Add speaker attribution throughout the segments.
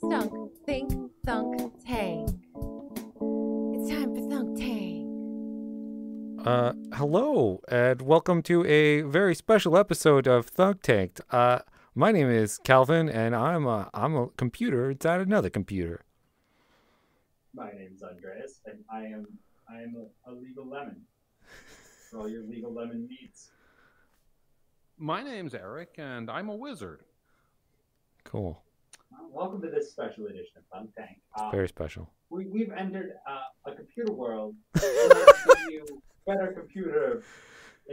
Speaker 1: Sunk, think, thunk, tang. It's time for thunk tang.
Speaker 2: Uh, hello, and welcome to a very special episode of Thug Tanked. Uh, my name is Calvin, and I'm a I'm a computer inside another computer.
Speaker 3: My name's Andreas, and I am I am a, a legal lemon for all your legal lemon needs.
Speaker 4: My name's Eric, and I'm a wizard.
Speaker 2: Cool,
Speaker 3: Uh, Welcome to this special edition of Fun Tank. Uh,
Speaker 2: very special.
Speaker 3: we, we've entered uh, a computer world where we give you better computer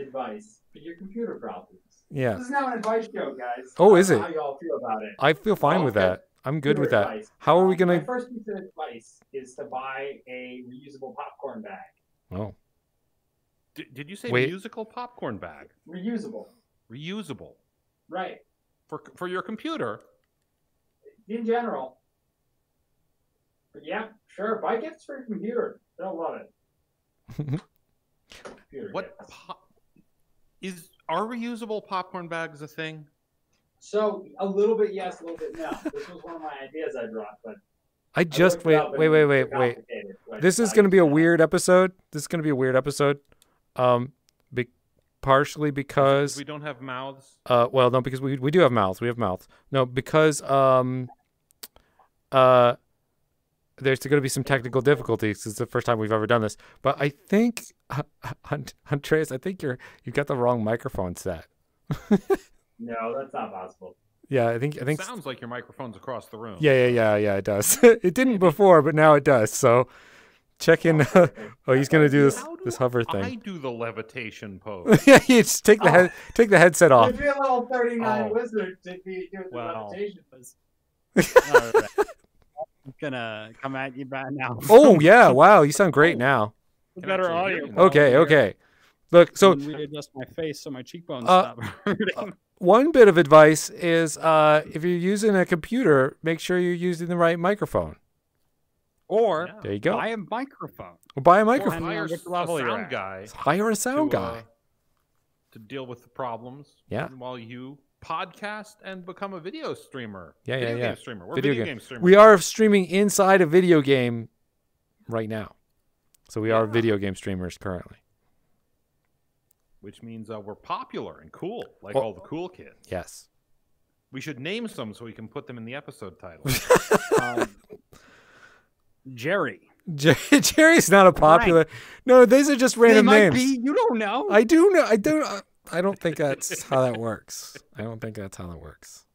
Speaker 3: advice for your computer problems.
Speaker 2: Yeah,
Speaker 3: This is now an advice show, guys.
Speaker 2: Oh,
Speaker 3: I
Speaker 2: is
Speaker 3: don't
Speaker 2: it?
Speaker 3: know How y'all feel about it?
Speaker 2: I feel fine with
Speaker 3: Okay.
Speaker 2: that. I'm good with
Speaker 3: Computer
Speaker 2: that.
Speaker 3: advice.
Speaker 2: How are we
Speaker 3: Um, My
Speaker 2: gonna?
Speaker 3: first piece of advice is to buy a reusable popcorn bag.
Speaker 2: Oh,
Speaker 4: D- did you say
Speaker 2: Wait.
Speaker 4: musical popcorn bag?
Speaker 3: Reusable,
Speaker 4: Reusable
Speaker 3: right?
Speaker 4: for for your computer?
Speaker 3: in general. But yeah, sure. Buy gifts for your computer. They'll love it. computer
Speaker 4: What
Speaker 3: gifts.
Speaker 4: pop- is are reusable popcorn bags a thing?
Speaker 3: So a little bit yes, a little bit no. this was one of my ideas I brought, but
Speaker 2: I
Speaker 3: I
Speaker 2: just
Speaker 3: looked it
Speaker 2: wait,
Speaker 3: up and
Speaker 2: wait, wait,
Speaker 3: it's
Speaker 2: wait,
Speaker 3: too
Speaker 2: wait.
Speaker 3: complicated, so I
Speaker 2: This is
Speaker 3: decided
Speaker 2: gonna be a
Speaker 3: not.
Speaker 2: weird episode. This is gonna be a weird episode. Um, be- partially because
Speaker 4: We don't have mouths.
Speaker 2: Uh, well, no, because we we do have mouths. We have mouths. No, because um, uh, there's going to be some technical difficulties. 'cause It's the first time we've ever done this. But I think, Ant- Andreas, I think you're you've got the wrong microphone set.
Speaker 3: No, that's not possible.
Speaker 2: Yeah, I think I think.
Speaker 4: Sounds like your microphone's across the room.
Speaker 2: Yeah, yeah, yeah, yeah. It does. it didn't before, but now it does. So check in.
Speaker 3: Oh, okay.
Speaker 2: oh, he's going to do this
Speaker 4: How do
Speaker 2: this hover
Speaker 4: I
Speaker 2: thing.
Speaker 4: do the levitation pose.
Speaker 2: Yeah, you just take the head take the headset off.
Speaker 3: You'd be a little 39
Speaker 5: Oh.
Speaker 3: wizard to be doing the
Speaker 5: Wow.
Speaker 3: levitation.
Speaker 5: All right. I'm gonna come at you back now.
Speaker 2: Oh yeah! Wow, you sound great now.
Speaker 4: Can
Speaker 5: better
Speaker 4: actually hear
Speaker 5: audio.
Speaker 4: you now.
Speaker 2: Okay, okay. Look, so
Speaker 5: we adjust my face so my cheekbones
Speaker 2: Uh,
Speaker 5: stop hurting.
Speaker 2: one bit of advice is uh, if you're using a computer, make sure you're using the right microphone.
Speaker 5: Or
Speaker 4: Yeah.
Speaker 2: There you go.
Speaker 5: buy a microphone.
Speaker 2: buy a
Speaker 4: Or
Speaker 2: microphone.
Speaker 5: Depending
Speaker 4: hire
Speaker 5: on which
Speaker 4: s- a
Speaker 5: level you're
Speaker 4: sound
Speaker 5: at.
Speaker 4: guy.
Speaker 2: Hire a sound
Speaker 4: to,
Speaker 2: guy.
Speaker 4: uh, to deal with the problems.
Speaker 2: Yeah.
Speaker 4: While you podcast and become a video streamer.
Speaker 2: Yeah, yeah,
Speaker 4: video
Speaker 2: yeah.
Speaker 4: Game streamer. We're
Speaker 2: Video
Speaker 4: video,
Speaker 2: game.
Speaker 4: game. streamers.
Speaker 2: we are streaming inside a video game right now. So we are
Speaker 4: Yeah.
Speaker 2: video game streamers currently.
Speaker 4: which means uh, we're popular and cool, like
Speaker 2: Oh.
Speaker 4: all the cool kids.
Speaker 2: Yes.
Speaker 4: We should name some so we can put them in the episode title.
Speaker 5: Um, Jerry.
Speaker 2: Jer- Jerry's not a popular. No, these are just random
Speaker 5: they might
Speaker 2: names.
Speaker 5: be. You don't know.
Speaker 2: I do know. I don't. I- I don't think that's how that works. I don't think that's how that works.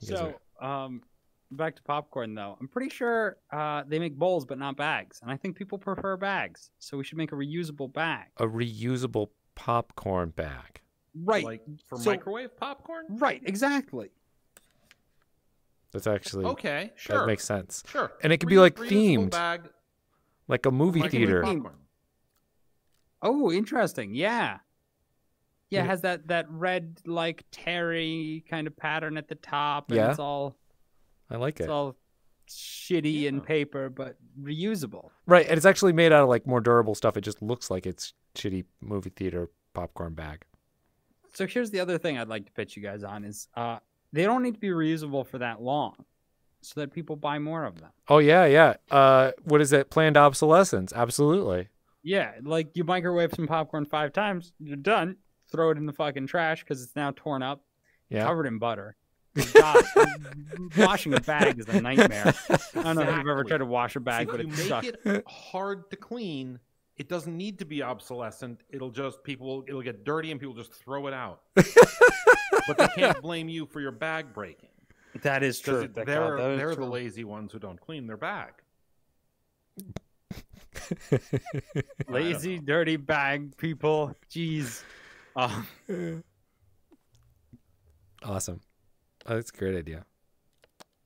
Speaker 2: You guys
Speaker 5: so, um, back to popcorn though. I'm pretty sure uh, they make bowls, but not bags. And I think people prefer bags, so we should make a reusable bag.
Speaker 2: are- a reusable popcorn bag.
Speaker 5: Right.
Speaker 4: Like for
Speaker 5: So-
Speaker 4: microwave popcorn?
Speaker 5: right. Exactly.
Speaker 2: That's actually
Speaker 4: Okay,
Speaker 2: that
Speaker 4: sure.
Speaker 2: makes sense.
Speaker 4: Sure.
Speaker 2: and it could be, like,
Speaker 4: reusable
Speaker 2: themed.
Speaker 4: Bag,
Speaker 2: like a movie
Speaker 4: microwave
Speaker 2: theater.
Speaker 5: pop-
Speaker 4: popcorn.
Speaker 5: Oh, interesting. Yeah. Yeah,
Speaker 2: Yeah.
Speaker 5: it has that that red like terry kind of pattern at the top and
Speaker 2: Yeah.
Speaker 5: it's all
Speaker 2: I like it.
Speaker 5: it's all shitty and
Speaker 4: Yeah.
Speaker 5: paper but reusable.
Speaker 2: Right, and it's actually made out of like more durable stuff. It just looks like it's shitty movie theater popcorn bag.
Speaker 5: So here's the other thing I'd like to pitch you guys on is uh they don't need to be reusable for that long so that people buy more of them.
Speaker 2: Oh yeah, yeah. Uh, what is it? Planned obsolescence. Absolutely.
Speaker 5: Yeah, like you microwave some popcorn 5 times, you're done, throw it in the fucking trash cuz it's now torn up,
Speaker 2: Yeah.
Speaker 5: covered in butter. God, washing a bag is a nightmare. I don't know if you've ever
Speaker 4: Exactly.
Speaker 5: tried to wash a bag,
Speaker 4: So
Speaker 5: but
Speaker 4: if you
Speaker 5: it
Speaker 4: make
Speaker 5: sucks.
Speaker 4: it hard to clean, it doesn't need to be obsolescent. It'll just people it'll get dirty and people just throw it out. but they can't blame you for your bag breaking.
Speaker 5: That is
Speaker 4: 'Cause
Speaker 5: true.
Speaker 4: it- they're they're the lazy ones who don't clean their bag. I don't
Speaker 5: lazy,
Speaker 4: know.
Speaker 5: dirty bag people. Jeez. Um,
Speaker 2: awesome. Oh, that's a great idea.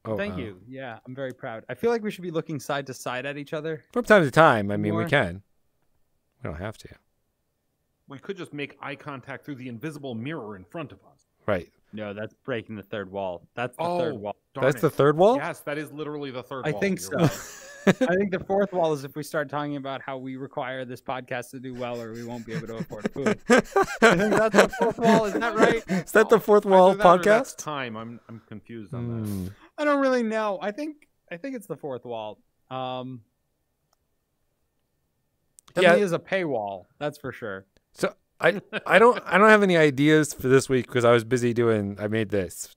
Speaker 2: Oh,
Speaker 5: thank
Speaker 2: wow.
Speaker 5: you. Yeah, I'm very proud. I feel like we should be looking side to side at each other.
Speaker 2: From time to time, I mean, we
Speaker 5: More.
Speaker 2: can. We don't have to.
Speaker 4: We could just make eye contact through the invisible mirror in front of us.
Speaker 2: Right.
Speaker 5: No, that's breaking the third wall. That's the
Speaker 4: Oh,
Speaker 5: third wall.
Speaker 4: Darn
Speaker 2: That's
Speaker 4: it.
Speaker 2: the third wall.
Speaker 4: Yes, that is literally the third
Speaker 5: I
Speaker 4: wall.
Speaker 5: think
Speaker 4: You're right.
Speaker 5: I think the fourth wall is if we start talking about how we require this podcast to do well or we won't be able to afford food. I think that's the fourth wall. Is that right?
Speaker 2: Is that the fourth wall
Speaker 4: Either Oh, that or that's
Speaker 2: podcast?
Speaker 4: time. I'm I'm confused on that.
Speaker 2: Hmm.
Speaker 5: I don't really know. I think I think it's the fourth wall. Um,
Speaker 2: Yeah.
Speaker 5: definitely is a paywall. That's for sure.
Speaker 2: I don't I don't have any ideas for this week because I was busy doing I made this.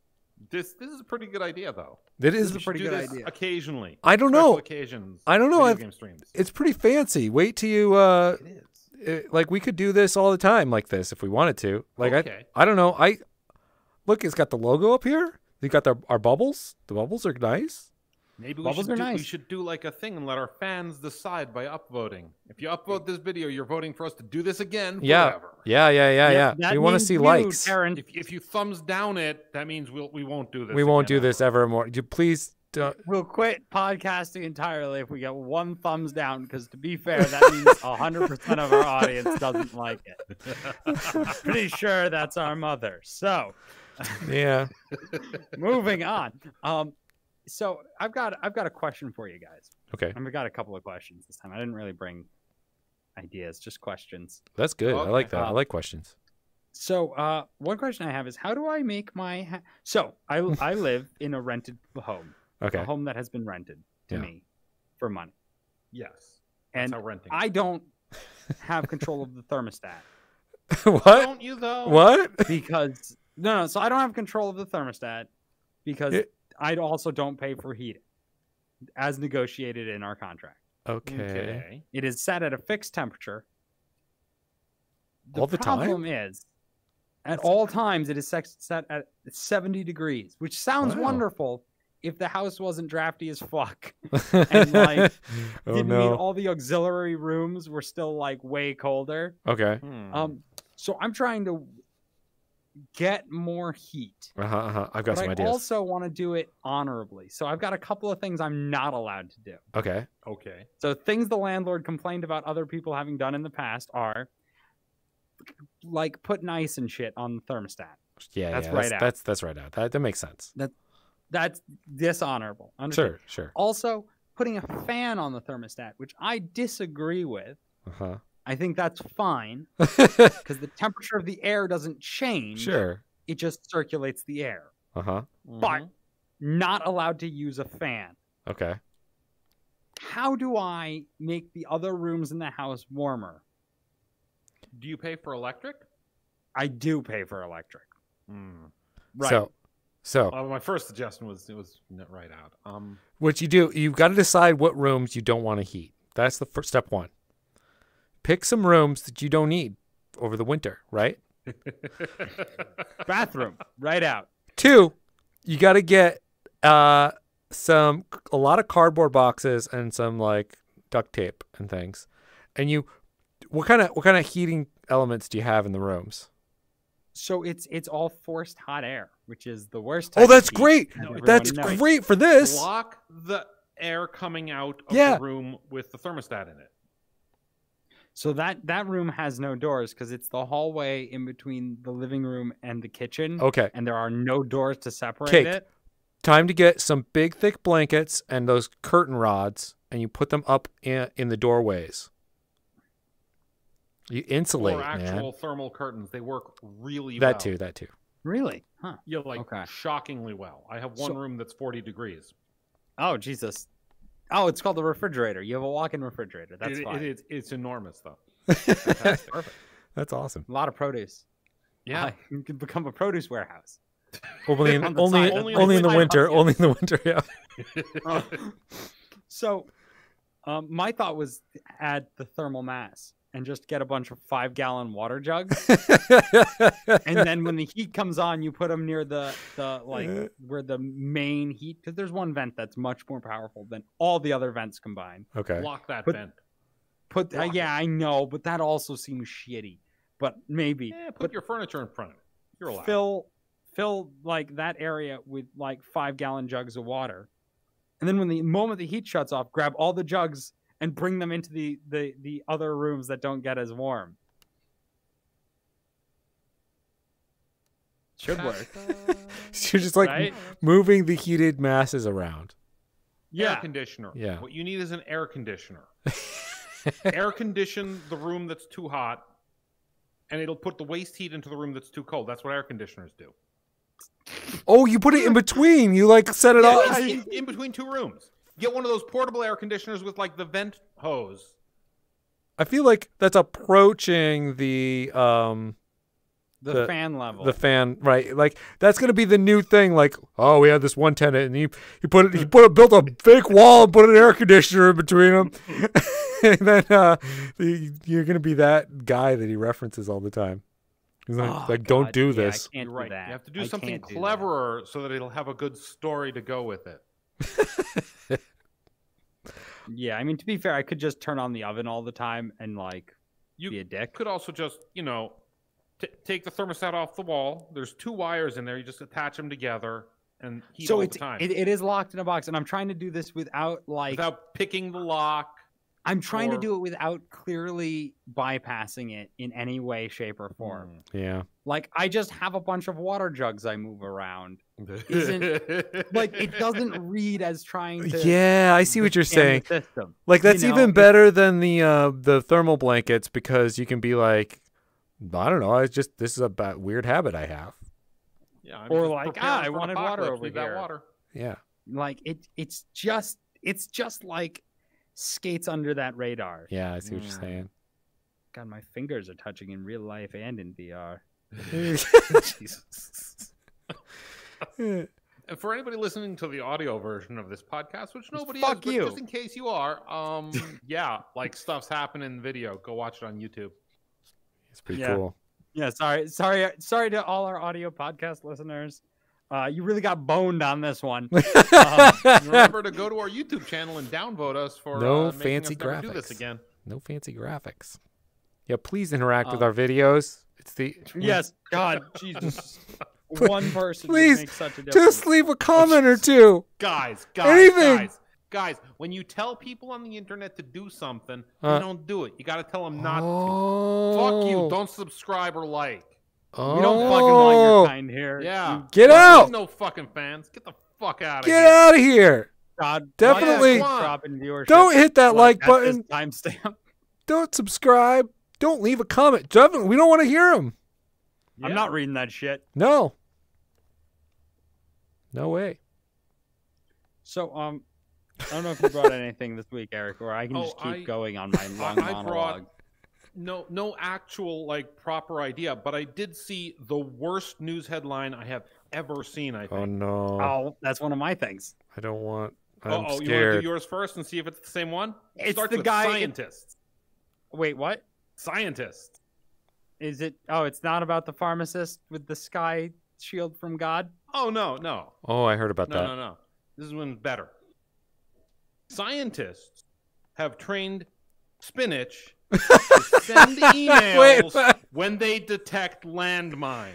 Speaker 4: This this is a pretty good idea though.
Speaker 2: That
Speaker 5: This
Speaker 2: is
Speaker 5: is
Speaker 4: We
Speaker 5: a
Speaker 4: should
Speaker 5: pretty
Speaker 4: do
Speaker 5: good
Speaker 4: this
Speaker 5: idea.
Speaker 4: Occasionally.
Speaker 2: I don't
Speaker 4: Special
Speaker 2: know.
Speaker 4: Occasions.
Speaker 2: I don't know,
Speaker 4: Video
Speaker 2: I've-
Speaker 4: game streams.
Speaker 2: It's pretty fancy. Wait till you uh
Speaker 4: It is.
Speaker 2: it, like we could do this all the time like this if we wanted to. Like I
Speaker 4: okay.
Speaker 2: I don't know. I look. It's got the logo up here. You got the, our bubbles. The bubbles are nice.
Speaker 4: Maybe we
Speaker 5: Bubbles
Speaker 4: should,
Speaker 5: are
Speaker 4: do, we
Speaker 5: nice.
Speaker 4: should do like a thing and let our fans decide by upvoting. If you upvote this video, you're voting for us to do this again.
Speaker 2: Yeah.
Speaker 4: Whatever.
Speaker 2: Yeah, yeah, yeah,
Speaker 5: Yep,
Speaker 2: yeah.
Speaker 5: that
Speaker 2: We want to
Speaker 5: means
Speaker 2: see
Speaker 5: you,
Speaker 2: likes.
Speaker 5: Taryn.
Speaker 4: If, if you thumbs down it, that means we'll we won't do this.
Speaker 2: we won't do
Speaker 4: again
Speaker 2: this ever more. Do please. Don't.
Speaker 5: We'll quit podcasting entirely if we get one thumbs down. Because to be fair, that means hundred percent of our audience doesn't like it. I'm pretty sure that's our mother. So
Speaker 2: Yeah.
Speaker 5: moving on. Um, so I've got I've got a question for you guys.
Speaker 2: Okay,
Speaker 5: And we got a couple of questions this time. I didn't really bring ideas, just questions.
Speaker 2: that's good. I like
Speaker 4: Okay.
Speaker 2: that. I like questions.
Speaker 5: So, uh, one question I have is how do I make my ha- so I I live in a rented home,
Speaker 2: Okay.
Speaker 5: a home that has been rented to
Speaker 2: Yeah.
Speaker 5: me for money,
Speaker 4: Yes.
Speaker 5: and
Speaker 4: That's how renting.
Speaker 5: I don't have control of the thermostat
Speaker 4: Uh-huh.
Speaker 2: what?
Speaker 4: don't you though?
Speaker 2: What?
Speaker 5: because no, no, so I don't have control of the thermostat because
Speaker 2: It-
Speaker 5: I also don't pay for heating as negotiated in our contract.
Speaker 2: Okay.
Speaker 4: Okay.
Speaker 5: It is set at a fixed temperature.
Speaker 2: All the time?
Speaker 5: problem is, at all times, it is sex- set at 70 degrees, which sounds
Speaker 2: Wow.
Speaker 5: wonderful if the house wasn't drafty as fuck. And, like,
Speaker 2: oh
Speaker 5: Didn't mean
Speaker 2: no.
Speaker 5: all the auxiliary rooms were still like way colder.
Speaker 2: Okay.
Speaker 4: Hmm.
Speaker 5: Um, so I'm trying to get more heat.
Speaker 2: Uh huh. Uh-huh. I've got
Speaker 5: but
Speaker 2: some
Speaker 5: I
Speaker 2: ideas.
Speaker 5: also want to do it honorably. So I've got a couple of things I'm not allowed to do.
Speaker 2: okay.
Speaker 4: okay.
Speaker 5: So things the landlord complained about other people having done in the past are like putting ice and shit on the thermostat.
Speaker 2: Yeah.
Speaker 5: That's
Speaker 2: yeah,
Speaker 5: right
Speaker 2: that's,
Speaker 5: out.
Speaker 2: That's that's right out. That that makes sense.
Speaker 5: That's dishonorable. Understand?
Speaker 2: Sure. Sure.
Speaker 5: Also, putting a fan on the thermostat, which I disagree with.
Speaker 2: Uh
Speaker 5: I think that's fine
Speaker 2: huh.
Speaker 5: because the temperature of the air doesn't change.
Speaker 2: Uh-huh. sure.
Speaker 5: It just circulates the air.
Speaker 2: Uh huh.
Speaker 5: But- Not allowed to use a fan.
Speaker 2: Okay.
Speaker 5: How do I make the other rooms in the house warmer?
Speaker 4: do you pay for electric?
Speaker 5: I do pay for electric.
Speaker 4: Hmm.
Speaker 5: Right.
Speaker 2: So, so
Speaker 4: Well, Uh, my first suggestion was it was net right out. Um,
Speaker 2: What you do, you've got to decide what rooms you don't want to heat. That's the first step one. Pick some rooms that you don't need over the winter, right?
Speaker 5: Bathroom, right out.
Speaker 2: Two, you got to get uh some a lot of cardboard boxes and some like duct tape and things. And you what kind of what kind of heating elements do you have in the rooms?
Speaker 5: So it's it's all forced hot air, which is the worst.
Speaker 2: Oh,
Speaker 5: type of
Speaker 2: that's
Speaker 5: heat,
Speaker 2: great.
Speaker 5: as everyone
Speaker 2: That's
Speaker 5: knows.
Speaker 2: great for this.
Speaker 4: block the air coming out of
Speaker 2: Yeah.
Speaker 4: the room with the thermostat in it.
Speaker 5: So that that room has no doors because it's the hallway in between the living room and the kitchen,
Speaker 2: Okay.
Speaker 5: and there are no doors to separate
Speaker 2: Oh. Cake.
Speaker 5: it.
Speaker 2: time to get some big thick blankets and those curtain rods and you put them up in, in the doorways you insulate
Speaker 4: or
Speaker 2: man
Speaker 4: actual thermal curtains. They work really well.
Speaker 2: that too that too
Speaker 5: Really? Huh.
Speaker 4: Yeah, like
Speaker 5: Okay.
Speaker 4: shockingly well. I have one
Speaker 5: So-
Speaker 4: room that's 40 degrees.
Speaker 5: Oh Jesus. Oh, it's called the refrigerator. You have a walk-in refrigerator. That's
Speaker 4: It- it-
Speaker 5: fine.
Speaker 4: it's, it's enormous though.
Speaker 2: that's awesome
Speaker 5: a lot of produce.
Speaker 4: Yeah.
Speaker 5: Uh, you could become a produce warehouse.
Speaker 2: only in,
Speaker 5: On the
Speaker 2: only,
Speaker 5: side.
Speaker 2: only,
Speaker 4: Only on the
Speaker 2: in the
Speaker 4: side.
Speaker 2: winter only in the winter yeah
Speaker 5: Um, So, um, my thought was add the thermal mass and just get a bunch of five-gallon water jugs. and then when the heat comes on, you put them near the the like where the main heat because there's one vent that's much more powerful than all the other vents combined.
Speaker 2: okay
Speaker 4: Block that
Speaker 5: But-
Speaker 4: vent.
Speaker 5: Put uh,
Speaker 4: Block
Speaker 5: yeah, I know, but that also seems shitty. But maybe
Speaker 4: Yeah, put
Speaker 5: but
Speaker 4: your furniture in front of it. You're allowed.
Speaker 5: fill fill like that area with like five gallon jugs of water, and then when the moment the heat shuts off, grab all the jugs and bring them into the the the other rooms that don't get as warm. Should work.
Speaker 2: you're just like
Speaker 5: uh, Right?
Speaker 2: moving the heated masses around
Speaker 4: Air
Speaker 5: Yeah.
Speaker 4: conditioner.
Speaker 2: Yeah.
Speaker 4: What you need is an air conditioner. air condition the room that's too hot, and it'll put the waste heat into the room that's too cold. That's what air conditioners do.
Speaker 2: oh you put it in between you like set it
Speaker 4: Yeah,
Speaker 2: all
Speaker 4: it's in, in between two rooms. Get one of those portable air conditioners with like the vent hose.
Speaker 2: I feel like that's approaching the um
Speaker 5: The,
Speaker 2: The-
Speaker 5: fan level.
Speaker 2: the fan right. Like that's gonna be the new thing. Like oh, we had this one tenant and he he put it he put a, built a fake wall and put an air conditioner in between them. and then uh, the, you're gonna be that guy that he references all the time. He's like,
Speaker 5: Oh,
Speaker 2: like don't
Speaker 5: God,
Speaker 2: do
Speaker 5: yeah,
Speaker 2: this.
Speaker 5: I can't
Speaker 4: You're
Speaker 5: do
Speaker 4: right.
Speaker 5: that.
Speaker 4: You have to do
Speaker 5: I
Speaker 4: something
Speaker 5: can't that.
Speaker 4: cleverer so that it'll have a good story to go with it.
Speaker 5: Yeah, I mean to be fair, I could just turn on the oven all the time and like
Speaker 4: You
Speaker 5: be a dick.
Speaker 4: could also just, you know, t- take the thermostat off the wall. There's two wires in there. You just attach them together and heat
Speaker 5: so
Speaker 4: all
Speaker 5: it's
Speaker 4: the time
Speaker 5: it, it is locked in a box, and I'm trying to do this without like
Speaker 4: without picking the lock.
Speaker 5: I'm trying
Speaker 4: or-
Speaker 5: to do it without clearly bypassing it in any way, shape, or form.
Speaker 2: Yeah.
Speaker 5: Like I just have a bunch of water jugs I move around. Like it doesn't read as trying to
Speaker 2: Yeah, I see what you're
Speaker 5: scan the
Speaker 2: saying.
Speaker 5: System.
Speaker 2: Like
Speaker 5: you
Speaker 2: that's
Speaker 5: know,
Speaker 2: even
Speaker 5: it-
Speaker 2: better than the uh the thermal blankets because you can be like, I don't know, I just this is a ba- weird habit I have.
Speaker 4: Yeah, I'm
Speaker 5: Or
Speaker 4: just
Speaker 5: like,
Speaker 4: preparing
Speaker 5: ah, I
Speaker 4: for an
Speaker 5: wanted water
Speaker 4: apocalypse.
Speaker 5: over
Speaker 4: Leave that
Speaker 5: here.
Speaker 4: water.
Speaker 2: Yeah.
Speaker 5: Like it it's just it's just like skates under that radar.
Speaker 2: Yeah, I see what you're
Speaker 4: Mm.
Speaker 2: saying.
Speaker 5: God, my fingers are touching in real life and in VR.
Speaker 4: Jesus. And for anybody listening to the audio version of this podcast, which nobody
Speaker 5: Fuck
Speaker 4: is, but
Speaker 5: you.
Speaker 4: just in case you are, um, yeah, like stuff's happening in video. Go watch it on YouTube.
Speaker 2: It's pretty
Speaker 5: Yeah.
Speaker 2: cool.
Speaker 5: Yeah, sorry, sorry, sorry to all our audio podcast listeners. Uh, you really got boned on this one. Um,
Speaker 4: Remember to go to our YouTube channel and downvote us for
Speaker 2: No
Speaker 4: uh, making
Speaker 2: fancy
Speaker 4: us never Do
Speaker 2: graphics.
Speaker 4: this again.
Speaker 2: no fancy graphics. Yeah, please interact with
Speaker 5: Uh,
Speaker 2: our videos. It's the
Speaker 5: yes, God, Jesus, one person would
Speaker 2: Please,
Speaker 5: make such a difference.
Speaker 2: Just leave a comment or two.
Speaker 4: guys, guys,
Speaker 2: Anything.
Speaker 4: guys, guys. When you tell people on the internet to do something,
Speaker 2: Uh.
Speaker 4: they don't do it. You got to tell them not to.
Speaker 2: oh,
Speaker 4: Fuck you! Don't subscribe or like.
Speaker 2: Oh.
Speaker 5: we don't fucking want your kind here.
Speaker 4: Yeah.
Speaker 2: Get
Speaker 4: There's
Speaker 2: out!
Speaker 4: No fucking fans. Get the fuck out of
Speaker 2: Get
Speaker 4: here.
Speaker 2: out of here!
Speaker 5: God,
Speaker 2: Definitely-
Speaker 5: why is it dropping viewership
Speaker 2: Don't hit that like
Speaker 5: like at this
Speaker 2: button.
Speaker 5: Timestamp.
Speaker 2: Don't subscribe. Don't leave a comment. Definitely, we don't want to hear them.
Speaker 5: I'm not reading that shit.
Speaker 2: No. No way.
Speaker 5: So, um, I don't know if you brought anything this week, Eric, or I can
Speaker 4: Oh,
Speaker 5: just keep
Speaker 4: I-
Speaker 5: going on my
Speaker 4: I,
Speaker 5: long
Speaker 4: I
Speaker 5: monologue.
Speaker 4: brought no no actual like proper idea, but I did see the worst news headline I have ever seen. I
Speaker 2: Oh
Speaker 4: think.
Speaker 2: no!
Speaker 5: Oh, that's one of my things.
Speaker 2: I don't want. Oh, I'm
Speaker 4: Uh-oh, you want to do
Speaker 2: scared.
Speaker 4: yours first and see if it's the same one? It
Speaker 5: It's
Speaker 4: starts
Speaker 5: the
Speaker 4: with
Speaker 5: guy-
Speaker 4: scientists.
Speaker 5: Wait, what?
Speaker 4: Scientists.
Speaker 5: Is it? Oh, it's not about the pharmacist with the sky shield from God.
Speaker 4: Oh no no
Speaker 2: oh, I heard about
Speaker 4: no
Speaker 2: that.
Speaker 4: no no. This is one's better. Scientists have trained spinach to send emails
Speaker 2: Wait.
Speaker 4: when they detect landmines.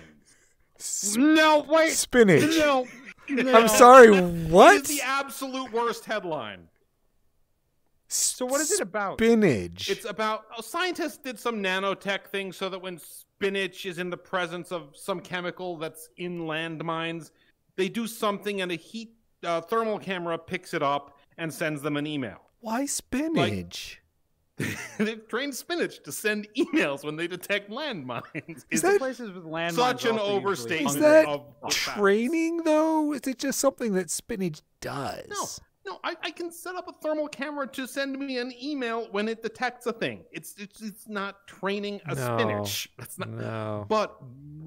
Speaker 2: S-
Speaker 5: No, wait.
Speaker 2: spinach.
Speaker 5: No.
Speaker 2: I'm sorry.
Speaker 4: This
Speaker 2: What?
Speaker 4: is the absolute worst headline.
Speaker 5: So what is it about?
Speaker 2: Spinach.
Speaker 4: It's about a scientist did some nanotech thing so that when spinach is in the presence of some chemical that's in landmines, they do something and a heat uh, thermal camera picks it up and sends them an email.
Speaker 2: Why spinach?
Speaker 4: They've trained spinach to send emails when they detect landmines.
Speaker 2: Is
Speaker 4: It's
Speaker 2: that-
Speaker 5: places with landmines
Speaker 4: such an
Speaker 5: also usually
Speaker 4: overstatement
Speaker 2: Is
Speaker 5: hungry.
Speaker 2: that
Speaker 4: of the facts.
Speaker 2: Training though? Is it just something that spinach does?
Speaker 4: No, I, I can set up a thermal camera to send me an email when it detects a thing. It's it's, it's not training a
Speaker 2: No.
Speaker 4: spinach. That's not
Speaker 2: No.
Speaker 4: but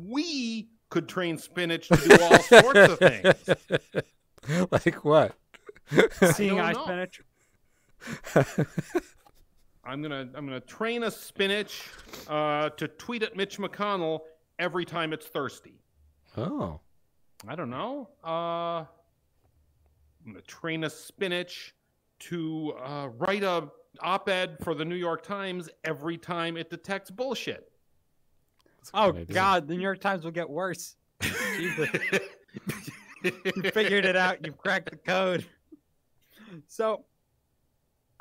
Speaker 4: we could train spinach to do all sorts of things.
Speaker 2: like what?
Speaker 5: Seeing
Speaker 4: don't
Speaker 5: eye
Speaker 4: know.
Speaker 5: spinach.
Speaker 4: I'm gonna I'm gonna train a spinach uh, to tweet at Mitch McConnell every time it's thirsty.
Speaker 2: oh.
Speaker 4: I don't know. Uh, I'm gonna train a spinach to uh, write a op-ed for the New York Times every time it detects bullshit.
Speaker 2: That's a
Speaker 5: Oh
Speaker 2: good idea.
Speaker 5: God, the New York Times will get worse. Jesus. you figured it out. You've cracked the code. So,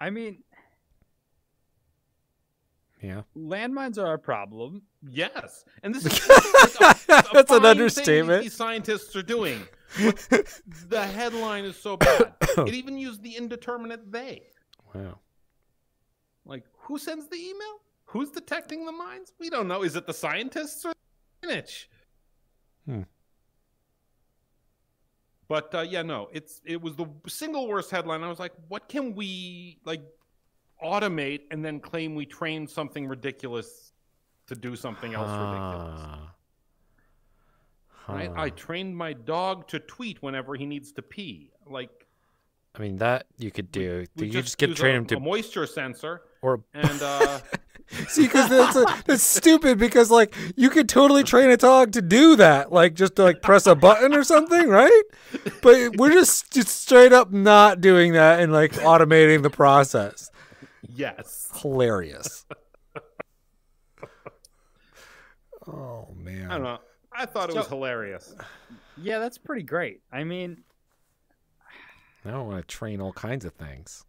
Speaker 5: I mean,
Speaker 2: Yeah.
Speaker 5: landmines are a problem.
Speaker 4: Yes, and this is it's a- a
Speaker 2: That's
Speaker 4: fine
Speaker 2: an
Speaker 4: thing
Speaker 2: understatement.
Speaker 4: These scientists are doing. But the headline is so bad. It even used the indeterminate they.
Speaker 2: Wow.
Speaker 4: Like, who sends the email? Who's detecting the mines? We don't know. Is it the scientists or the spinach?
Speaker 2: Hmm.
Speaker 4: But uh, yeah, no, it's it was the single worst headline. I was like, what can we like automate and then claim we trained something ridiculous to do something else ridiculous? Right? I trained my dog to tweet whenever he needs to pee. Like
Speaker 2: I mean that you could do.
Speaker 4: we
Speaker 2: you just, get
Speaker 4: use
Speaker 2: train
Speaker 4: a-
Speaker 2: him
Speaker 4: a
Speaker 2: to
Speaker 4: moisture sensor
Speaker 2: or
Speaker 4: and uh,
Speaker 2: see because that's, a- that's stupid because like you could totally train a dog to do that like just to like press a button or something right but we're just just straight up not doing that and like automating the process
Speaker 4: yes.
Speaker 2: hilarious oh man
Speaker 4: I don't know. I thought it was hilarious.
Speaker 5: Yeah, that's pretty great. I mean,
Speaker 2: Now I want to train all kinds of things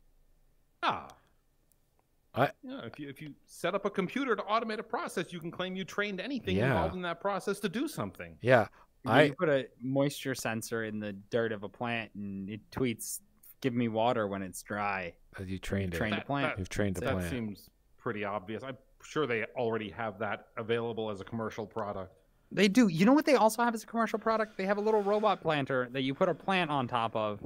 Speaker 4: Ah.
Speaker 2: I-
Speaker 4: yeah, if you if you set up a computer to automate a process, you can claim you trained anything
Speaker 2: Yeah.
Speaker 4: involved in that process to do something.
Speaker 2: yeah
Speaker 5: I
Speaker 2: I-
Speaker 5: put a moisture sensor in the dirt of a plant, and it tweets, "Give me water when it's dry."
Speaker 2: uh, you trained it
Speaker 5: Train the
Speaker 4: That-
Speaker 5: plant.
Speaker 2: you've trained the
Speaker 4: that
Speaker 2: plant
Speaker 4: seems pretty obvious. I'm sure they already have that available as a commercial product.
Speaker 5: They do. You know what they also have as a commercial product? They have a little robot planter that you put a plant on top of,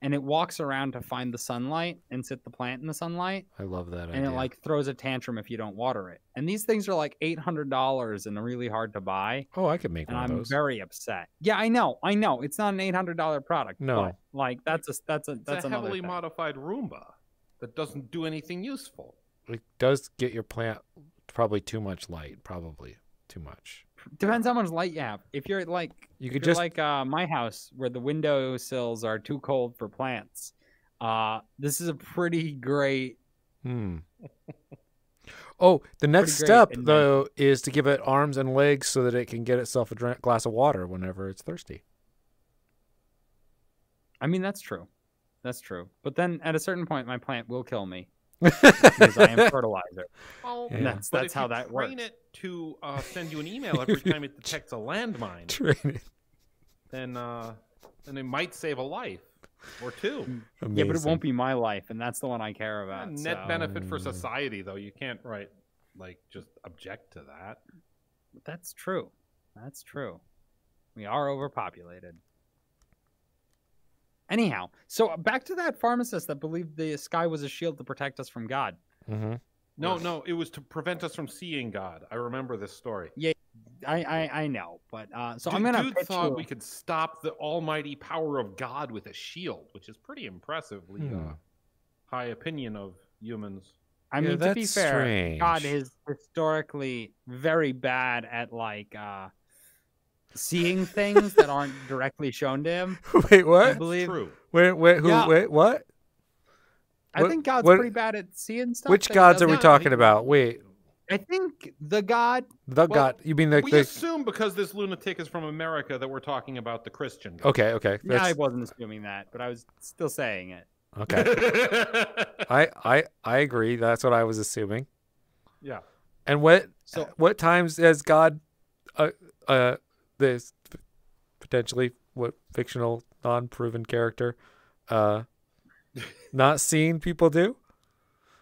Speaker 5: and it walks around to find the sunlight and sit the plant in the sunlight,
Speaker 2: I love that
Speaker 5: and
Speaker 2: idea.
Speaker 5: it like throws a tantrum if you don't water it. And these things are like eight hundred dollars and really hard to buy.
Speaker 2: oh I could make
Speaker 5: And
Speaker 2: one of
Speaker 5: I'm
Speaker 2: those
Speaker 5: very upset. Yeah, I know, I know. It's not an eight hundred dollar product.
Speaker 2: No.
Speaker 5: but, like that's a that's a
Speaker 4: It's
Speaker 5: that's
Speaker 4: a
Speaker 5: another
Speaker 4: heavily
Speaker 5: thing.
Speaker 4: modified Roomba that doesn't do anything useful.
Speaker 2: it does get your plant probably too much light probably too much
Speaker 5: Depends how much light you have. If you're like
Speaker 2: you
Speaker 5: If
Speaker 2: could
Speaker 5: you're
Speaker 2: just
Speaker 5: like uh, my house where the window sills are too cold for plants. Uh, this is a pretty great.
Speaker 2: Hmm. Oh, the next
Speaker 5: great
Speaker 2: step
Speaker 5: invention.
Speaker 2: though is to give it arms and legs so that it can get itself a drink, glass of water whenever it's thirsty.
Speaker 5: I mean, that's true. That's true. But then at a certain point, my plant will kill me because I am
Speaker 2: yeah,
Speaker 5: fertilizer.
Speaker 4: Well,
Speaker 2: And
Speaker 5: that's-
Speaker 4: but
Speaker 5: that's
Speaker 4: if
Speaker 5: how
Speaker 4: you
Speaker 5: that
Speaker 4: train
Speaker 5: works.
Speaker 4: it to uh, send you an email every time it detects a landmine,
Speaker 2: Train it.
Speaker 4: then uh, then it might save a life or
Speaker 2: Hmm.
Speaker 4: two.
Speaker 5: Yeah, but it won't be my life, and that's um, the one I care
Speaker 4: A
Speaker 5: about.
Speaker 4: net
Speaker 5: so-
Speaker 4: benefit for
Speaker 2: Mm.
Speaker 4: society, though. You can't right like just object to that.
Speaker 5: That's true. That's true. We are overpopulated. Anyhow, so uh, back to that pharmacist that believed the sky was a shield to protect us from God.
Speaker 2: hmm
Speaker 4: No, no, it was to prevent us from seeing God. I remember this story.
Speaker 5: I I, I know, but uh, so
Speaker 4: Dude-
Speaker 5: I'm gonna
Speaker 4: dude
Speaker 5: pitch
Speaker 4: thought
Speaker 5: you-
Speaker 4: we could stop the almighty power of God with a shield, which is pretty impressively
Speaker 2: Hmm.
Speaker 4: uh, high opinion of humans.
Speaker 5: I
Speaker 2: Yeah,
Speaker 5: mean, to be
Speaker 2: that's
Speaker 5: fair, God
Speaker 2: strange.
Speaker 5: is historically very bad at like uh, seeing things that aren't directly shown to him.
Speaker 2: Wait,
Speaker 5: I
Speaker 2: what?
Speaker 5: believe.
Speaker 4: True.
Speaker 2: Wait, wait, who?
Speaker 5: Yeah.
Speaker 2: Wait, what?
Speaker 5: I
Speaker 2: What-
Speaker 5: think God's
Speaker 2: what-
Speaker 5: pretty bad at seeing stuff.
Speaker 2: Which
Speaker 5: that he
Speaker 2: gods are we
Speaker 5: doesn't-
Speaker 2: talking about? Wait,
Speaker 5: I think the God.
Speaker 2: the
Speaker 4: Well,
Speaker 2: god? You mean the?
Speaker 4: we
Speaker 2: the-
Speaker 4: assume because this lunatic is from America that we're talking about the Christian. God.
Speaker 5: Oh,
Speaker 2: okay, okay,
Speaker 5: Yeah, I
Speaker 2: that's-
Speaker 5: wasn't assuming that, but I was still saying it.
Speaker 2: okay. I, I, I agree. That's what I was assuming.
Speaker 4: yeah.
Speaker 2: And what
Speaker 5: So
Speaker 2: what times has God, uh, uh, this p- potentially what fictional non-proven character, uh, not seen people do?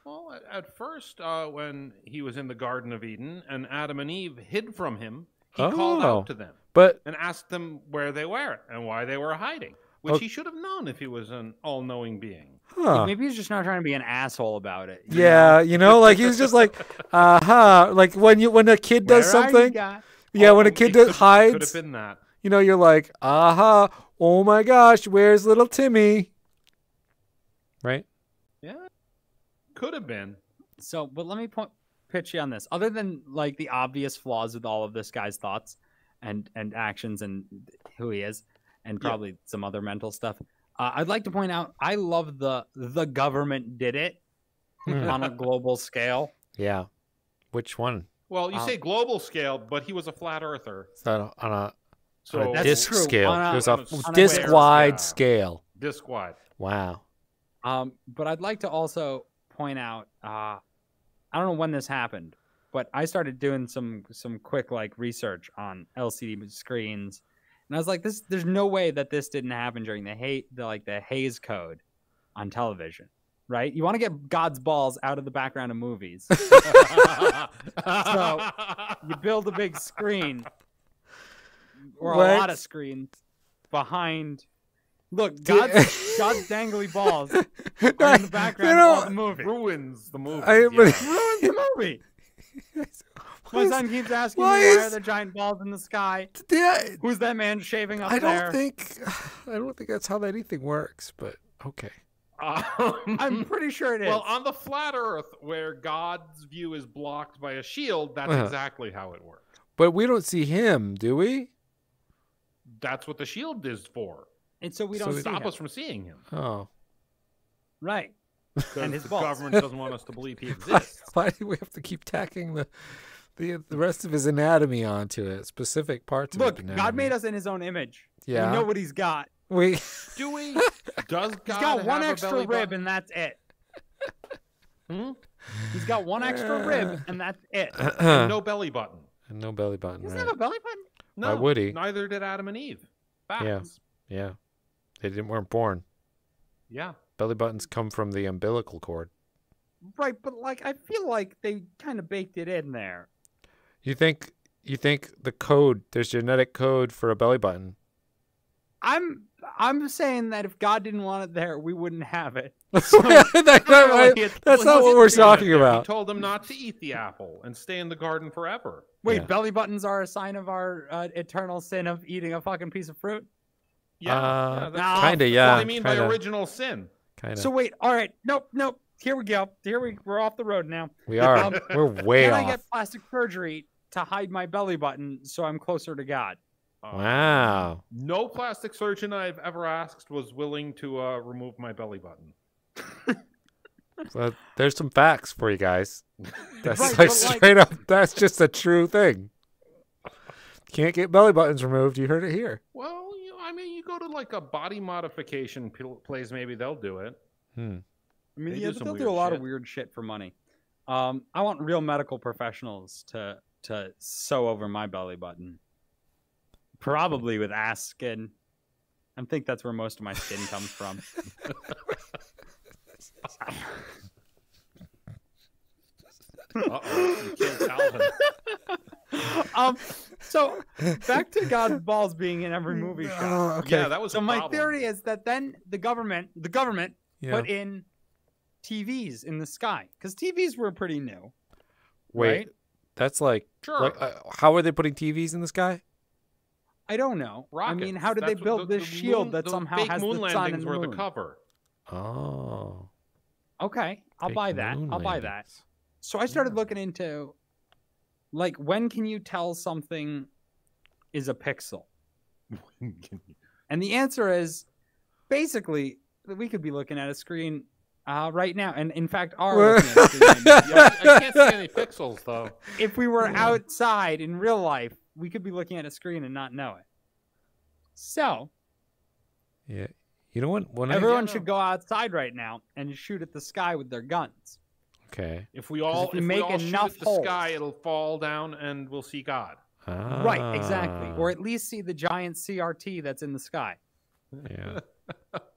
Speaker 4: Well, at- at first, uh, when he was in the Garden of Eden and Adam and Eve hid from him, he called
Speaker 2: Oh.
Speaker 4: out to them
Speaker 2: But
Speaker 4: and asked them where they were and why they were hiding, which
Speaker 2: Oh.
Speaker 4: he should have known if he was an all-knowing being.
Speaker 2: huh?
Speaker 5: maybe he's just not trying to be an asshole about it. you know?
Speaker 2: Yeah, you know, like he was just like, aha, like when you when a kid does
Speaker 5: Where are you,
Speaker 2: something,
Speaker 5: God?
Speaker 2: yeah, when
Speaker 4: Although
Speaker 2: a kid does
Speaker 4: it could- Could have
Speaker 2: hides,
Speaker 4: been that.
Speaker 2: you know, you're like, aha, oh my gosh, where's little Timmy? Right?
Speaker 4: Yeah, could have been.
Speaker 5: So, but let me point pitch you on this. Other than like the obvious flaws with all of this guy's thoughts and and actions and who he is, and
Speaker 4: Yeah.
Speaker 5: probably some other mental stuff, uh, I'd like to point out I love the the government did it
Speaker 2: Hmm.
Speaker 5: on a global scale.
Speaker 2: yeah. Which one?
Speaker 4: Well, you
Speaker 5: Um,
Speaker 4: say global scale, but he was a flat earther.
Speaker 2: It's not on a
Speaker 4: So
Speaker 2: on a
Speaker 5: That's
Speaker 2: disc
Speaker 5: true.
Speaker 2: scale.
Speaker 5: On a-
Speaker 2: It was
Speaker 4: on
Speaker 2: a
Speaker 4: a-
Speaker 5: on a
Speaker 2: disc
Speaker 4: wide
Speaker 2: wide
Speaker 4: scale.
Speaker 2: scale.
Speaker 4: disc wide.
Speaker 2: Wow.
Speaker 5: Um, but I'd like to also point out uh, I don't know when this happened, but I started doing some some quick like research on LCD screens, and I was like, this there's no way that this didn't happen during the hate the like the Hayes Code on television, right? You want to get God's balls out of the background of movies. So, you build a big screen or a
Speaker 2: What?
Speaker 5: lot of screens behind Look,
Speaker 2: Dude.
Speaker 5: God's, God's dangly balls are in the background of the movie.
Speaker 4: ruins the movie.
Speaker 2: I- but-
Speaker 5: Ruins the movie. My son keeps asking me
Speaker 2: why
Speaker 5: why
Speaker 2: is-
Speaker 5: are there giant balls in the sky?
Speaker 2: Yeah,
Speaker 5: Who's that man shaving up
Speaker 2: I don't
Speaker 5: there?
Speaker 2: think I don't think that's how that anything works, but okay.
Speaker 4: Um,
Speaker 5: I'm pretty sure it is.
Speaker 4: well, on the flat Earth, where God's view is blocked by a shield, that's
Speaker 2: Uh-huh.
Speaker 4: exactly how it works.
Speaker 2: But we don't see him, do we?
Speaker 4: That's what the shield is for.
Speaker 5: and so we
Speaker 2: so
Speaker 5: don't
Speaker 2: we-
Speaker 5: see
Speaker 4: Stop
Speaker 5: him.
Speaker 4: us from seeing him.
Speaker 2: Oh.
Speaker 5: Right.
Speaker 4: 'Cause
Speaker 5: And his
Speaker 4: the
Speaker 5: balls.
Speaker 4: government doesn't want us to believe he exists.
Speaker 2: Why do we have to keep tacking the the the rest of his anatomy onto it? Specific parts of
Speaker 5: Look,
Speaker 2: his
Speaker 5: God made
Speaker 2: anatomy?
Speaker 5: us in his own image.
Speaker 2: Yeah.
Speaker 5: We know what he's got.
Speaker 2: we
Speaker 4: Do we? Does God
Speaker 5: He's got one
Speaker 4: have a
Speaker 5: extra
Speaker 4: belly
Speaker 5: rib
Speaker 4: button?
Speaker 5: and that's it.
Speaker 4: Hmm?
Speaker 5: He's got one extra rib and that's it.
Speaker 4: And no belly button.
Speaker 2: no belly button,
Speaker 5: He doesn't
Speaker 2: right?
Speaker 5: have a belly button.
Speaker 4: No,
Speaker 2: Why would he?
Speaker 4: Neither did Adam and Eve.
Speaker 2: Yeah.
Speaker 4: Facts.
Speaker 2: Yeah. They didn't weren't born.
Speaker 4: Yeah.
Speaker 2: Belly buttons come from the umbilical cord.
Speaker 5: Right, but like I feel like they kind of baked it in there.
Speaker 2: You think you think the code there's genetic code for a belly button.
Speaker 5: I'm I'm saying that if God didn't want it there, we wouldn't have it.
Speaker 2: that's not
Speaker 5: Apparently
Speaker 2: what-
Speaker 5: it's-
Speaker 2: that's not what we're talking
Speaker 4: He
Speaker 2: about.
Speaker 4: told them not to eat the apple and stay in the garden forever.
Speaker 5: Wait,
Speaker 2: Yeah.
Speaker 5: belly buttons are a sign of our uh, eternal sin of eating a fucking piece of fruit.
Speaker 4: Yeah.
Speaker 2: Uh,
Speaker 4: yeah,
Speaker 5: nah,
Speaker 4: that's
Speaker 2: Kinda,
Speaker 4: what
Speaker 2: yeah.
Speaker 4: I mean by
Speaker 2: kinda,
Speaker 4: original sin.
Speaker 2: kinda.
Speaker 5: So wait, all right, nope, nope. Here we go. Here we we're off the road now.
Speaker 2: we are.
Speaker 5: um,
Speaker 2: We're way
Speaker 5: Can
Speaker 2: off.
Speaker 5: I get plastic surgery to hide my belly button so I'm closer to God?
Speaker 4: Uh,
Speaker 2: Wow.
Speaker 4: No plastic surgeon I've ever asked was willing to uh, remove my belly button.
Speaker 2: Well, there's some facts for you guys. That's
Speaker 5: Right,
Speaker 2: like
Speaker 5: but, like-
Speaker 2: straight up. That's just a true thing. Can't get belly buttons removed. You heard it here.
Speaker 4: Well, you, I mean, you go to like a body modification pl- place, maybe they'll do it.
Speaker 2: Hmm.
Speaker 5: I mean,
Speaker 4: They
Speaker 5: yeah,
Speaker 4: do
Speaker 5: but
Speaker 4: some
Speaker 5: they'll do
Speaker 4: weird
Speaker 5: a lot
Speaker 4: shit.
Speaker 5: of weird shit for money. Um, I want real medical professionals to to sew over my belly button, probably with ass skin. I think that's where most of my skin comes from.
Speaker 4: Uh-oh, you killed Calvin.
Speaker 5: um, so back to God's balls being in every movie shot.
Speaker 2: Oh, okay.
Speaker 4: Yeah, that was
Speaker 5: So
Speaker 4: a
Speaker 5: my
Speaker 4: problem.
Speaker 5: theory is that then the government, the government
Speaker 2: Yeah.
Speaker 5: put in TVs in the sky because TVs were pretty new.
Speaker 2: Wait,
Speaker 5: right?
Speaker 2: that's like,
Speaker 4: Sure.
Speaker 2: like, uh, how are they putting TVs in the sky?
Speaker 5: I don't know. I mean,
Speaker 4: Rockets.
Speaker 5: how did they
Speaker 4: That's what-
Speaker 5: build
Speaker 4: the-
Speaker 5: this
Speaker 4: the
Speaker 5: shield
Speaker 4: moon-
Speaker 5: that
Speaker 4: the
Speaker 5: somehow
Speaker 4: fake
Speaker 5: has
Speaker 4: moon
Speaker 5: the sun
Speaker 4: landings
Speaker 5: and the
Speaker 4: were
Speaker 5: moon?
Speaker 4: the cover?
Speaker 2: Oh,
Speaker 5: Okay, I'll
Speaker 2: fake
Speaker 5: buy that. I'll
Speaker 2: moon
Speaker 5: buy that.
Speaker 2: landings.
Speaker 5: So I started
Speaker 2: Yeah.
Speaker 5: looking into like when can you tell something is a pixel? And the answer is basically that we could be looking at a screen uh, right now, and in fact are. Looking at a screen right now.
Speaker 4: Yeah, I can't see any pixels though.
Speaker 5: If we were
Speaker 2: Yeah.
Speaker 5: outside in real life, we could be looking at a screen and not know it. So
Speaker 2: Yeah. You know what? When I-
Speaker 5: everyone
Speaker 4: Yeah.
Speaker 5: should go outside right now and shoot at the sky with their guns.
Speaker 2: okay.
Speaker 4: If we all
Speaker 5: if
Speaker 4: if
Speaker 5: you
Speaker 4: we
Speaker 5: make
Speaker 4: all shoot
Speaker 5: enough
Speaker 4: at the
Speaker 5: holes.
Speaker 4: sky, it'll fall down and we'll see God.
Speaker 5: Right, exactly. Or
Speaker 2: Ah,
Speaker 5: at least see the giant CRT that's in the sky.
Speaker 2: yeah.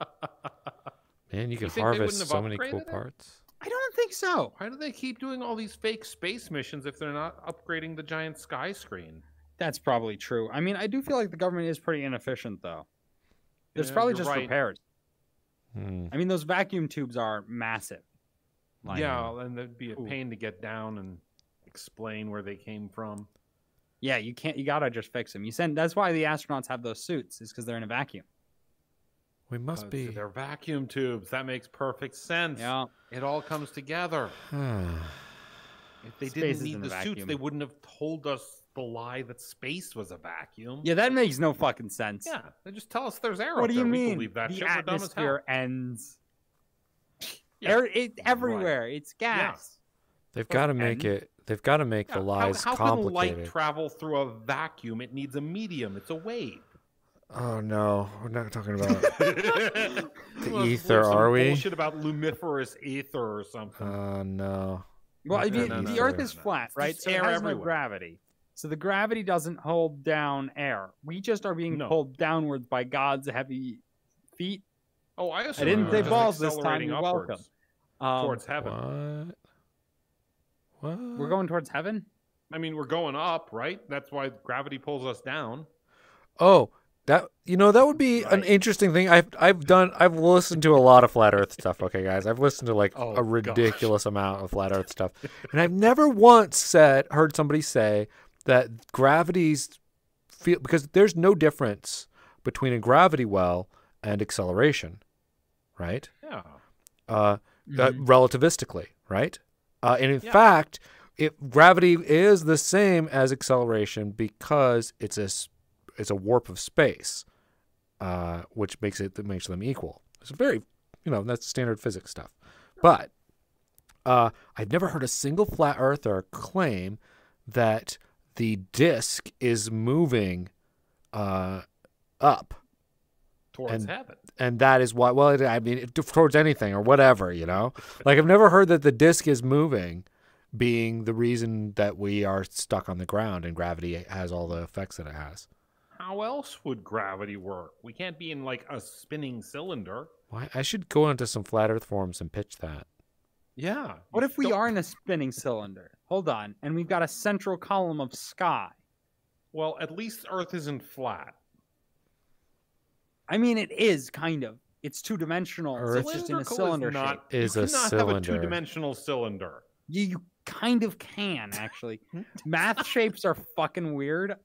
Speaker 2: Man, you can
Speaker 4: think they wouldn't
Speaker 2: harvest
Speaker 4: have
Speaker 2: so many cool
Speaker 4: upgraded it?
Speaker 2: parts.
Speaker 5: I don't think so.
Speaker 4: Why do they keep doing all these fake space missions if they're not upgrading the giant sky screen?
Speaker 5: That's probably true. I mean, I do feel like the government is pretty inefficient, though. There's
Speaker 4: Yeah,
Speaker 5: probably
Speaker 4: you're
Speaker 5: just
Speaker 4: right.
Speaker 5: repairs.
Speaker 2: Hmm.
Speaker 5: I mean, those vacuum tubes are massive. Like,
Speaker 4: yeah, and that'd be a
Speaker 5: Ooh.
Speaker 4: pain to get down and explain where they came from.
Speaker 5: yeah, you can't. You gotta just fix them. You send. That's why the astronauts have those suits, is because they're in a vacuum.
Speaker 2: We must
Speaker 4: Uh,
Speaker 2: be.
Speaker 4: They're vacuum tubes. That makes perfect sense.
Speaker 5: Yeah.
Speaker 4: It all comes together. If they
Speaker 5: Space
Speaker 4: didn't
Speaker 5: is in
Speaker 4: need
Speaker 5: a
Speaker 4: the suits,
Speaker 5: vacuum.
Speaker 4: they wouldn't have told us the lie that space was a vacuum.
Speaker 5: Yeah, that makes no fucking sense.
Speaker 4: Yeah, they just tell us there's arrows.
Speaker 5: What do you
Speaker 4: there. We
Speaker 5: mean?
Speaker 4: believe that
Speaker 5: the
Speaker 4: shit. We're dumb as hell.
Speaker 5: atmosphere ends.
Speaker 4: Yeah,
Speaker 5: Air- it, everywhere. It's gas.
Speaker 2: They've got to make
Speaker 5: and-
Speaker 2: it. They've got to make
Speaker 4: Yeah,
Speaker 2: the lies
Speaker 4: how, how can light
Speaker 2: complicated.
Speaker 4: travel through a vacuum? It needs a medium. It's a wave.
Speaker 2: oh no, we're not talking about.
Speaker 4: the
Speaker 2: ether, are we?
Speaker 4: Bullshit about lumiferous ether or something.
Speaker 2: Oh no.
Speaker 5: Well,
Speaker 2: No,
Speaker 5: if you-
Speaker 4: no, no,
Speaker 5: the
Speaker 4: no,
Speaker 5: Earth
Speaker 4: no,
Speaker 5: is
Speaker 4: no.
Speaker 5: flat,
Speaker 4: It's
Speaker 5: right?
Speaker 4: just
Speaker 5: So it
Speaker 4: air
Speaker 5: has no
Speaker 4: everywhere.
Speaker 5: gravity. So the gravity doesn't hold down air. We just are being
Speaker 4: No.
Speaker 5: pulled downwards by God's heavy feet
Speaker 4: oh, I, assume
Speaker 2: didn't
Speaker 4: we were
Speaker 2: say
Speaker 4: just
Speaker 5: balls this time.
Speaker 4: accelerating
Speaker 5: You're
Speaker 4: upwards
Speaker 5: welcome. um,
Speaker 4: Towards heaven.
Speaker 2: What? What?
Speaker 5: We're going towards heaven.
Speaker 4: I mean, we're going up, right? That's why gravity pulls us down.
Speaker 2: Oh, That you know that would be an
Speaker 5: Right.
Speaker 2: interesting thing. I've I've done I've listened to a lot of flat Earth stuff. Okay, guys, I've listened to like
Speaker 4: Oh,
Speaker 2: a
Speaker 4: gosh.
Speaker 2: ridiculous amount of flat Earth stuff, and I've never once said heard somebody say that gravity's feel because there's no difference between a gravity well and acceleration, right?
Speaker 4: Yeah.
Speaker 2: Uh, uh,
Speaker 5: Mhm.
Speaker 2: relativistically, right? Uh, and in
Speaker 4: Yeah.
Speaker 2: fact, it, gravity is the same as acceleration because it's a s- it's a warp of space, uh, which makes it that makes them equal. It's very, you know, that's standard physics stuff. But uh, I've never heard a single flat earther claim that the disk is moving uh, up
Speaker 4: Towards
Speaker 2: And-
Speaker 4: heaven.
Speaker 2: and that is why well it, i mean it, towards anything or whatever you know like i've never heard that the disk is moving being the reason that we are stuck on the ground and gravity has all the effects that it has
Speaker 4: How else would gravity work? We can't be in like a spinning cylinder.
Speaker 2: why i should go onto some flat earth forums and pitch that
Speaker 4: Yeah. you
Speaker 5: What if we
Speaker 4: don't-
Speaker 5: are in a spinning cylinder? Hold on, and we've got a central column of sky.
Speaker 4: Well, at least Earth isn't flat.
Speaker 5: I mean, it is kind of. It's two dimensional. so
Speaker 2: Earth
Speaker 5: it's just in a
Speaker 4: Cylindrical
Speaker 5: cylinder
Speaker 4: is not,
Speaker 5: shape.
Speaker 2: Is
Speaker 4: you
Speaker 2: a
Speaker 4: cannot have a
Speaker 2: cylinder.
Speaker 4: two-dimensional cylinder.
Speaker 5: You, you kind of can actually. Math shapes are fucking weird.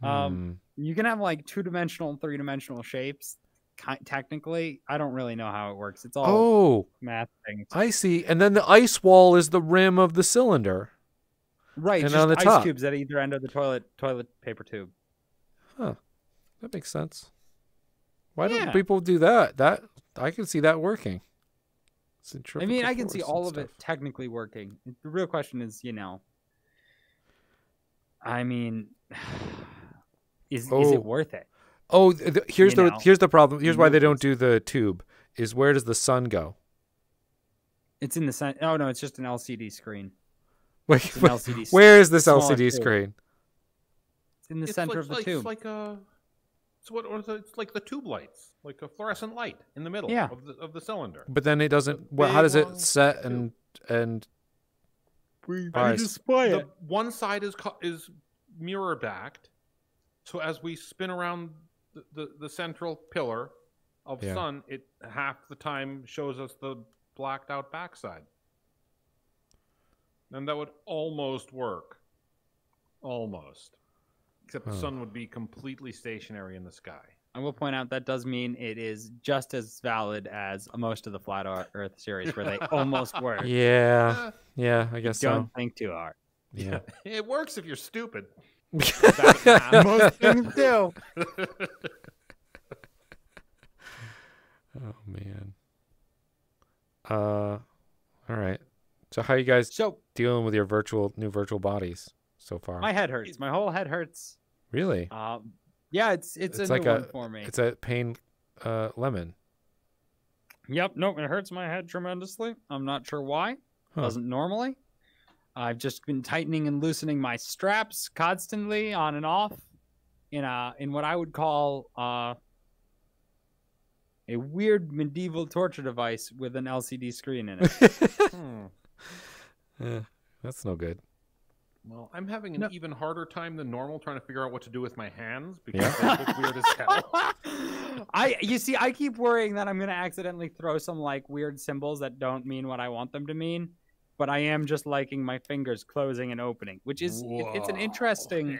Speaker 5: Um, You can have like two dimensional and three dimensional shapes. ki- Technically, I don't really know how it works. It's
Speaker 2: Hmm.
Speaker 5: all
Speaker 2: oh
Speaker 5: math things,
Speaker 2: i see and then the ice wall is the rim of the cylinder
Speaker 5: right?
Speaker 2: and
Speaker 5: just
Speaker 2: on the
Speaker 5: ice
Speaker 2: top.
Speaker 5: cubes at either end of the toilet toilet paper tube.
Speaker 2: that makes sense why
Speaker 5: Yeah.
Speaker 2: don't people do that that i can see that working
Speaker 5: I mean, I can see
Speaker 2: Centrifugal
Speaker 5: all
Speaker 2: force
Speaker 5: of
Speaker 2: and
Speaker 5: it
Speaker 2: stuff.
Speaker 5: technically working. The real question is, you know, I mean, is is
Speaker 2: Oh.
Speaker 5: it worth it?
Speaker 2: Oh, th- th- here's
Speaker 5: You
Speaker 2: the
Speaker 5: know,
Speaker 2: here's the problem. Here's why they don't
Speaker 5: movies.
Speaker 2: do the tube. Is where does the sun go?
Speaker 5: It's in the sun. Oh no, it's just an LCD screen.
Speaker 2: Wait,
Speaker 5: It's an
Speaker 2: wait,
Speaker 5: LCD. s-
Speaker 2: where is this
Speaker 5: smaller
Speaker 2: LCD
Speaker 5: tube.
Speaker 2: screen?
Speaker 5: It's in the
Speaker 4: It's like-
Speaker 5: center of the
Speaker 4: like,
Speaker 5: tube.
Speaker 4: It's like a. It's what or it's like the tube lights, like a fluorescent light in the middle
Speaker 5: Yeah.
Speaker 4: of the of the cylinder.
Speaker 2: But then it doesn't. Well, how
Speaker 4: big
Speaker 2: does it
Speaker 4: long
Speaker 2: set
Speaker 4: tube.
Speaker 2: and and
Speaker 5: we,
Speaker 2: Alright.
Speaker 5: display
Speaker 4: the one side is co- is mirror backed, so as we spin around the, the, the central pillar of
Speaker 2: Yeah.
Speaker 4: sun, it half the time shows us the blacked out backside, and that would almost work, almost, except
Speaker 2: Huh.
Speaker 4: the sun would be completely stationary in the sky.
Speaker 5: I will point out that does mean it is just as valid as most of the flat Ear- Earth series, where they almost work.
Speaker 2: yeah,
Speaker 4: Eh,
Speaker 2: yeah. I guess
Speaker 5: Don't
Speaker 2: so.
Speaker 5: think too hard.
Speaker 2: Yeah.
Speaker 4: it works if you're stupid.
Speaker 2: oh
Speaker 5: do.
Speaker 2: Oh, man. Uh, all right. So how you guys
Speaker 5: So
Speaker 2: dealing with your virtual new virtual bodies so far?
Speaker 5: my head hurts. My whole head hurts.
Speaker 2: really?
Speaker 5: Um, yeah, it's it's,
Speaker 2: It's
Speaker 5: a
Speaker 2: like
Speaker 5: new
Speaker 2: a-
Speaker 5: one for me.
Speaker 2: It's a pain. Uh, lemon.
Speaker 5: Yep, nope, it hurts my head tremendously. I'm not sure why.
Speaker 2: Huh.
Speaker 5: Doesn't normally. I've just been tightening and loosening my straps constantly, on and off, in a in what I would call uh, a weird medieval torture device with an LCD screen in it.
Speaker 4: Hmm.
Speaker 2: Eh, that's no good.
Speaker 4: Well, I'm having an
Speaker 5: No.
Speaker 4: even harder time than normal trying to figure out what to do with my hands because
Speaker 2: Yeah.
Speaker 4: they look weird as hell.
Speaker 5: I you see, I keep worrying that I'm gonna accidentally throw some like weird symbols that don't mean what I want them to mean. But I am just liking my fingers closing and opening, which is it- it's an
Speaker 4: Whoa.
Speaker 5: interesting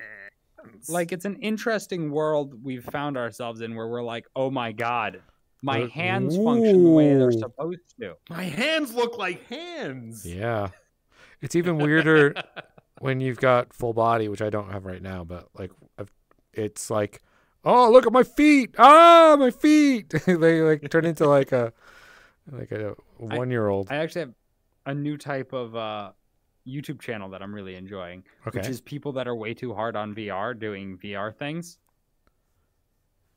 Speaker 5: like it's an interesting world we've found ourselves in where we're like, oh my god, my
Speaker 2: Uh,
Speaker 5: hands function the way they're
Speaker 2: ooh.
Speaker 5: supposed to.
Speaker 4: My hands look like hands.
Speaker 2: Yeah. It's even weirder when you've got full body, which I don't have right now, but like I've, it's like, oh, look at my feet. Ah, my feet. they like turn into like a like a
Speaker 5: I-
Speaker 2: one year old.
Speaker 5: I actually have a new type of uh, YouTube channel that I'm really enjoying, which
Speaker 2: Okay.
Speaker 5: is people that are way too hard on VR doing VR things.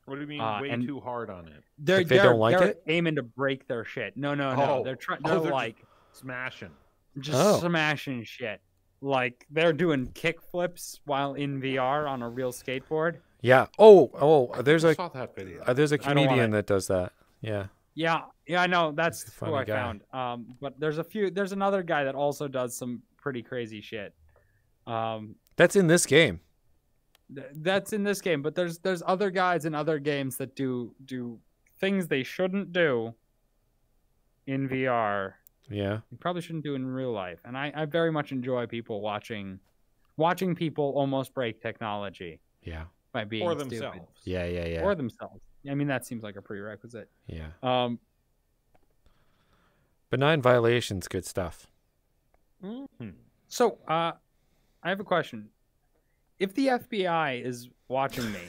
Speaker 4: What do you mean
Speaker 5: Uh,
Speaker 4: way
Speaker 5: and-
Speaker 4: too hard on it?
Speaker 5: They're,
Speaker 2: Like they
Speaker 5: they're-
Speaker 2: don't like
Speaker 5: they're
Speaker 2: it?
Speaker 5: aiming to break their shit. No, no, no.
Speaker 4: Oh.
Speaker 5: They're trying.
Speaker 4: Oh,
Speaker 5: They're,
Speaker 4: they're just-
Speaker 5: like
Speaker 4: Smashing.
Speaker 5: just
Speaker 2: Oh.
Speaker 5: smashing shit. Like they're doing kick flips while in VR on a real skateboard.
Speaker 2: Yeah. Oh, oh, there's
Speaker 4: I
Speaker 2: a
Speaker 4: saw that video.
Speaker 2: uh, there's a
Speaker 5: I don't wanna-
Speaker 2: comedian that does that. Yeah.
Speaker 5: Yeah, yeah, I know. That's
Speaker 2: a
Speaker 5: who
Speaker 2: funny
Speaker 5: I
Speaker 2: guy.
Speaker 5: found. Um, but there's a few. There's another guy that also does some pretty crazy shit. Um,
Speaker 2: That's in this game.
Speaker 5: Th- That's in this game, but there's there's other guides in other games that do do things they shouldn't do in VR.
Speaker 2: Yeah.
Speaker 5: You probably shouldn't do in real life. And I, I very much enjoy people watching watching people almost break technology
Speaker 2: Yeah.
Speaker 5: by being
Speaker 4: or
Speaker 5: stupid.
Speaker 4: themselves.
Speaker 2: Yeah. Yeah. Yeah.
Speaker 5: Or themselves. I mean that seems like a prerequisite.
Speaker 2: yeah.
Speaker 5: Um
Speaker 2: Benign violations, good stuff.
Speaker 4: Mhm.
Speaker 5: So, uh, I have a question. If the FBI is watching me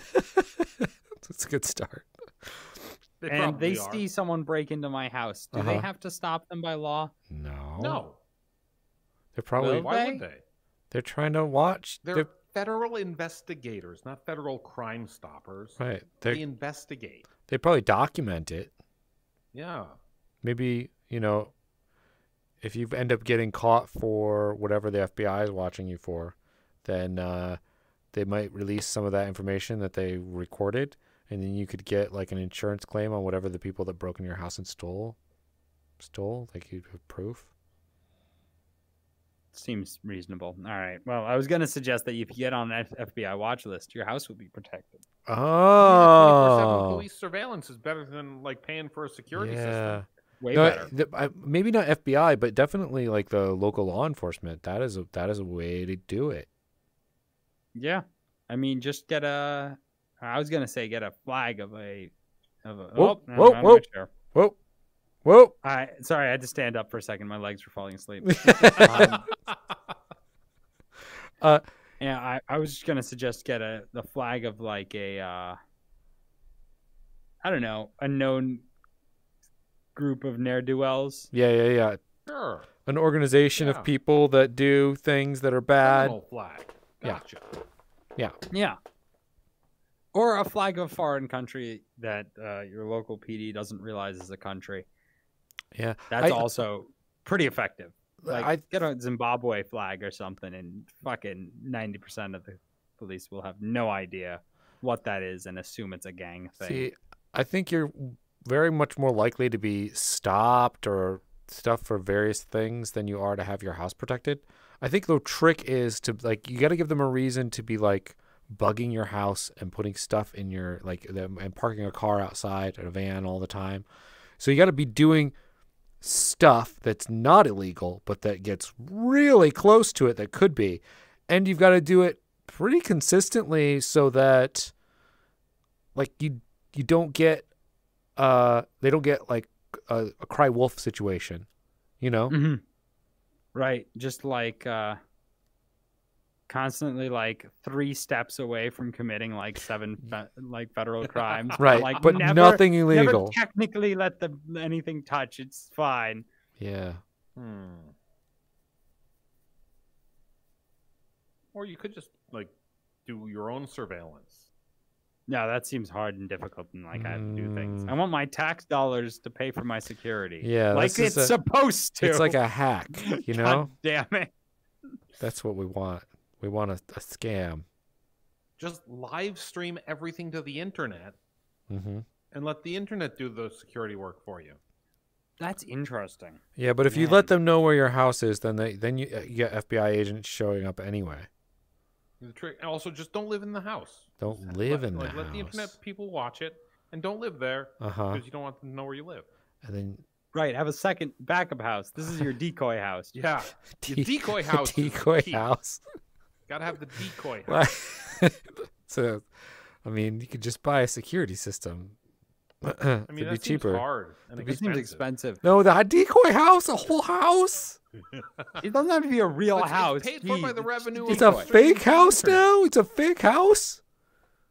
Speaker 2: That's a good start.
Speaker 4: They
Speaker 5: and they
Speaker 4: probably are.
Speaker 5: see someone break into my house, do they
Speaker 2: Uh-huh.
Speaker 5: have to stop them by law?
Speaker 2: No.
Speaker 4: No.
Speaker 2: They're probably
Speaker 5: Well-
Speaker 4: Why
Speaker 5: They-
Speaker 4: would they?
Speaker 2: they're trying to watch.
Speaker 4: They're,
Speaker 2: They're,
Speaker 4: federal investigators, not federal crime stoppers.
Speaker 2: right.
Speaker 4: They
Speaker 2: They
Speaker 4: investigate.
Speaker 2: they probably document it.
Speaker 4: Yeah.
Speaker 2: Maybe you know, if you end up getting caught for whatever the FBI is watching you for, then uh, they might release some of that information that they recorded, and then you could get like an insurance claim on whatever the people that broke in your house and stole, stole. Like you have proof.
Speaker 5: Seems reasonable. All right. Well, I was going to suggest that if you get on an F- FBI watch list, your house would be protected.
Speaker 4: Yeah, 24/7
Speaker 2: Oh.
Speaker 4: Police surveillance is better than like paying for a security
Speaker 2: Yeah.
Speaker 4: system.
Speaker 5: Way
Speaker 2: No,
Speaker 5: better.
Speaker 2: the, I, maybe not FBI, but definitely like the local law enforcement. That is a that is a way to do it.
Speaker 5: Yeah. I mean, just get a. I was going to say get a flag of a. Of a
Speaker 2: Whoa,
Speaker 5: oh, no,
Speaker 2: whoa,
Speaker 5: I'm not
Speaker 2: whoa.
Speaker 5: sure.
Speaker 2: Whoa, whoa!
Speaker 5: I, sorry, I had to stand up for a second. My legs were falling asleep. Um, Yeah, I, I was just gonna suggest get a the flag of like a uh I don't know, a known group of ne'er do wells.
Speaker 2: yeah, yeah, yeah.
Speaker 4: sure.
Speaker 2: An organization
Speaker 4: Yeah.
Speaker 2: of people that do things that are bad.
Speaker 4: Criminal flag.
Speaker 2: Yeah.
Speaker 4: Gotcha.
Speaker 5: Yeah. Or a flag of a foreign country that uh, your local PD doesn't realize is a country.
Speaker 2: Yeah,
Speaker 5: That's
Speaker 2: I-
Speaker 5: also pretty effective. Like
Speaker 2: I
Speaker 5: get a Zimbabwe flag or something and fucking ninety percent of the police will have no idea what that is and assume it's a gang thing.
Speaker 2: see. I think you're very much more likely to be stopped or stuff for various things than you are to have your house protected. I think the trick is to like you got to give them a reason to be like bugging your house and putting stuff in your like them and parking a car outside or a van all the time. So you got to be doing stuff that's not illegal but that gets really close to it that could be. And you've got to do it pretty consistently so that like you you don't get uh they don't get like a, a cry wolf situation, you know?
Speaker 5: hmm Right. Just like uh, constantly like three steps away from committing like seven fe- like federal crimes.
Speaker 2: Right,
Speaker 5: Like
Speaker 2: but
Speaker 5: never-
Speaker 2: nothing
Speaker 5: never
Speaker 2: illegal.
Speaker 5: technically let the anything touch. It's fine.
Speaker 2: Yeah.
Speaker 4: Hmm. Or you could just like do your own surveillance.
Speaker 5: No, that seems hard and difficult, and like I have to do things.
Speaker 2: Mm.
Speaker 5: I want my tax dollars to pay for my security.
Speaker 2: Yeah,
Speaker 5: like
Speaker 2: this is
Speaker 5: it's
Speaker 2: a-
Speaker 5: supposed to.
Speaker 2: It's like a hack, you know?
Speaker 5: God damn it.
Speaker 2: That's what we want. We want a, a scam.
Speaker 4: Just live stream everything to the internet
Speaker 2: hmm
Speaker 4: and let the internet do the security work for you.
Speaker 5: That's interesting.
Speaker 2: Yeah, but if you
Speaker 5: Man.
Speaker 2: let them know where your house is, then they then you, uh, you get FBI agents showing up anyway.
Speaker 4: The trick. and Also, just don't live in the house.
Speaker 2: Don't
Speaker 4: Just
Speaker 2: live
Speaker 4: let,
Speaker 2: in the
Speaker 4: like, Let the
Speaker 2: house.
Speaker 4: internet people watch it and don't live there
Speaker 2: Uh huh.
Speaker 4: because you don't want them to know where you live.
Speaker 2: And then
Speaker 5: Right. Have a second backup house. This is your decoy house.
Speaker 4: Yeah, Your
Speaker 2: de-
Speaker 4: decoy
Speaker 2: the
Speaker 4: house is the
Speaker 2: decoy
Speaker 4: key.
Speaker 2: house.
Speaker 4: gotta have the decoy. house.
Speaker 2: Like- so, I mean, you could just buy a security system.
Speaker 4: I mean,
Speaker 2: It'd
Speaker 4: that
Speaker 2: be cheaper.
Speaker 4: seems hard. And
Speaker 5: It seems expensive.
Speaker 2: No, the decoy house, a whole house.
Speaker 5: It doesn't have to be a real
Speaker 4: It's- it's
Speaker 5: house.
Speaker 4: paid for by
Speaker 5: Jeez,
Speaker 4: the
Speaker 5: it's just
Speaker 4: revenue of
Speaker 2: It's
Speaker 4: the
Speaker 2: a
Speaker 5: decoy.
Speaker 4: Decoy.
Speaker 2: fake house now. It's a fake house.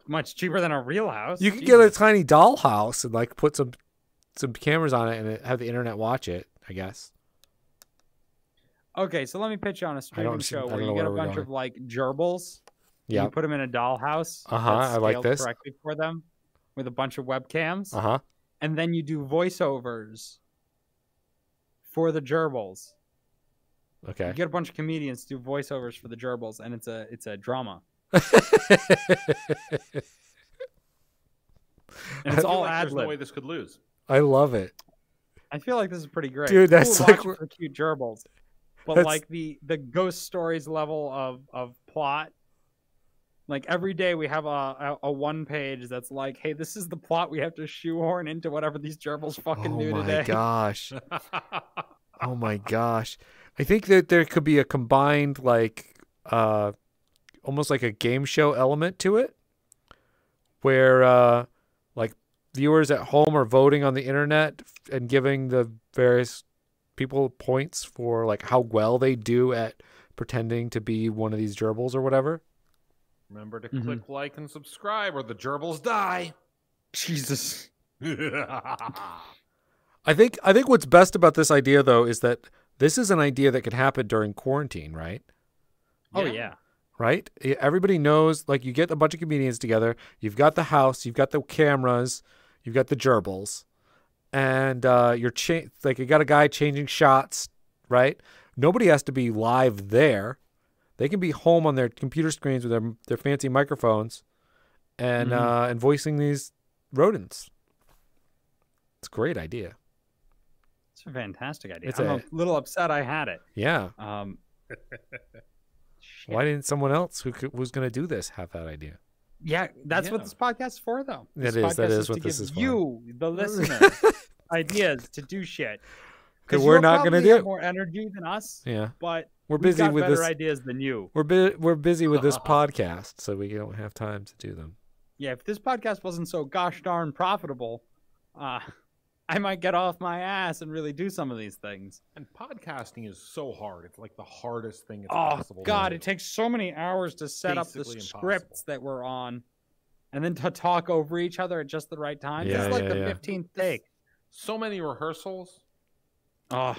Speaker 5: much cheaper than a real house.
Speaker 2: You could get a
Speaker 5: Jesus.
Speaker 2: tiny dollhouse and like put some some cameras on it and it- have the internet watch it. I guess.
Speaker 5: okay. So let me pitch you on a streaming
Speaker 2: see- I
Speaker 5: show where
Speaker 2: don't
Speaker 5: you
Speaker 2: know
Speaker 5: get a
Speaker 2: where we're
Speaker 5: bunch of like gerbils. and
Speaker 2: Yeah.
Speaker 5: You put them in a dollhouse.
Speaker 2: Uh-huh,
Speaker 5: that's
Speaker 2: I like
Speaker 5: scaled
Speaker 2: this.
Speaker 5: Correctly for them, with a bunch of webcams,
Speaker 2: Uh huh.
Speaker 5: and then you do voiceovers for the gerbils. You
Speaker 2: Okay.
Speaker 5: get a bunch of comedians to do voiceovers for the gerbils, and it's a it's a drama, and
Speaker 4: I
Speaker 5: it's
Speaker 4: feel
Speaker 5: all
Speaker 4: like
Speaker 5: ad
Speaker 4: There's no
Speaker 5: lib.
Speaker 4: way this could lose.
Speaker 2: I love it.
Speaker 5: I feel like this is pretty great,
Speaker 2: Dude, that's
Speaker 5: Cool
Speaker 2: like
Speaker 5: watching
Speaker 2: where-
Speaker 5: for cute gerbils, but
Speaker 2: That's-
Speaker 5: like the the ghost stories level of of plot Like every day we have a, a, a one page that's like, hey, this is the plot we have to shoehorn into whatever these gerbils fucking
Speaker 2: oh
Speaker 5: do
Speaker 2: my
Speaker 5: today.
Speaker 2: gosh. oh my gosh. I think that there could be a combined like uh almost like a game show element to it where uh like viewers at home are voting on the internet f- and giving the various people points for like how well they do at pretending to be one of these gerbils or whatever.
Speaker 4: Remember to
Speaker 5: Mhm.
Speaker 4: click like and subscribe, or the gerbils die.
Speaker 5: Jesus.
Speaker 2: I think I think what's best about this idea though is that this is an idea that could happen during quarantine, right?
Speaker 5: Oh
Speaker 4: Yeah.
Speaker 5: yeah.
Speaker 2: right? E- Everybody knows, like, you get a bunch of comedians together, you've got the house, you've got the cameras, you've got the gerbils, and uh, you're cha- like, you got a guy changing shots, right? Nobody has to be live there. They can be home on their computer screens with their, their fancy microphones and,
Speaker 5: Mhm.
Speaker 2: uh, and voicing these rodents. It's a great idea.
Speaker 5: It's a fantastic idea.
Speaker 2: It's
Speaker 5: I'm a,
Speaker 2: a-
Speaker 5: little upset I had it.
Speaker 2: Yeah.
Speaker 5: Um
Speaker 2: Why didn't someone else who could, was going to do this have that idea?
Speaker 5: Yeah, that's what
Speaker 4: Yeah.
Speaker 5: this podcast is for, though.
Speaker 2: That
Speaker 5: This
Speaker 2: is- that
Speaker 5: podcast
Speaker 2: is what
Speaker 5: to
Speaker 2: this
Speaker 5: give
Speaker 2: is for.
Speaker 5: You, the listener, ideas to do shit.
Speaker 2: 'Cause
Speaker 5: 'Cause
Speaker 2: we're
Speaker 5: you'll
Speaker 2: not gonna
Speaker 5: probably have
Speaker 2: do.
Speaker 5: more energy than us,
Speaker 2: Yeah.
Speaker 5: but
Speaker 2: We're
Speaker 5: we've
Speaker 2: busy
Speaker 5: got
Speaker 2: with
Speaker 5: better
Speaker 2: this
Speaker 5: ideas than you.
Speaker 2: We're bu- we're busy with this podcast, so we don't have time to do them.
Speaker 5: Yeah, if this podcast wasn't so gosh darn profitable, uh, I might get off my ass and really do some of these things.
Speaker 4: And podcasting is so hard. It's like the hardest thing it's
Speaker 5: Oh
Speaker 4: possible. to
Speaker 5: God,
Speaker 4: do.
Speaker 5: it takes so many hours to set up the
Speaker 4: Basically
Speaker 5: scripts
Speaker 4: impossible.
Speaker 5: that we're on, and then to talk over each other at just the right time.
Speaker 2: Yeah,
Speaker 5: it's like
Speaker 2: yeah,
Speaker 5: the
Speaker 2: yeah.
Speaker 5: fifteenth take.
Speaker 4: so many rehearsals.
Speaker 5: Oh,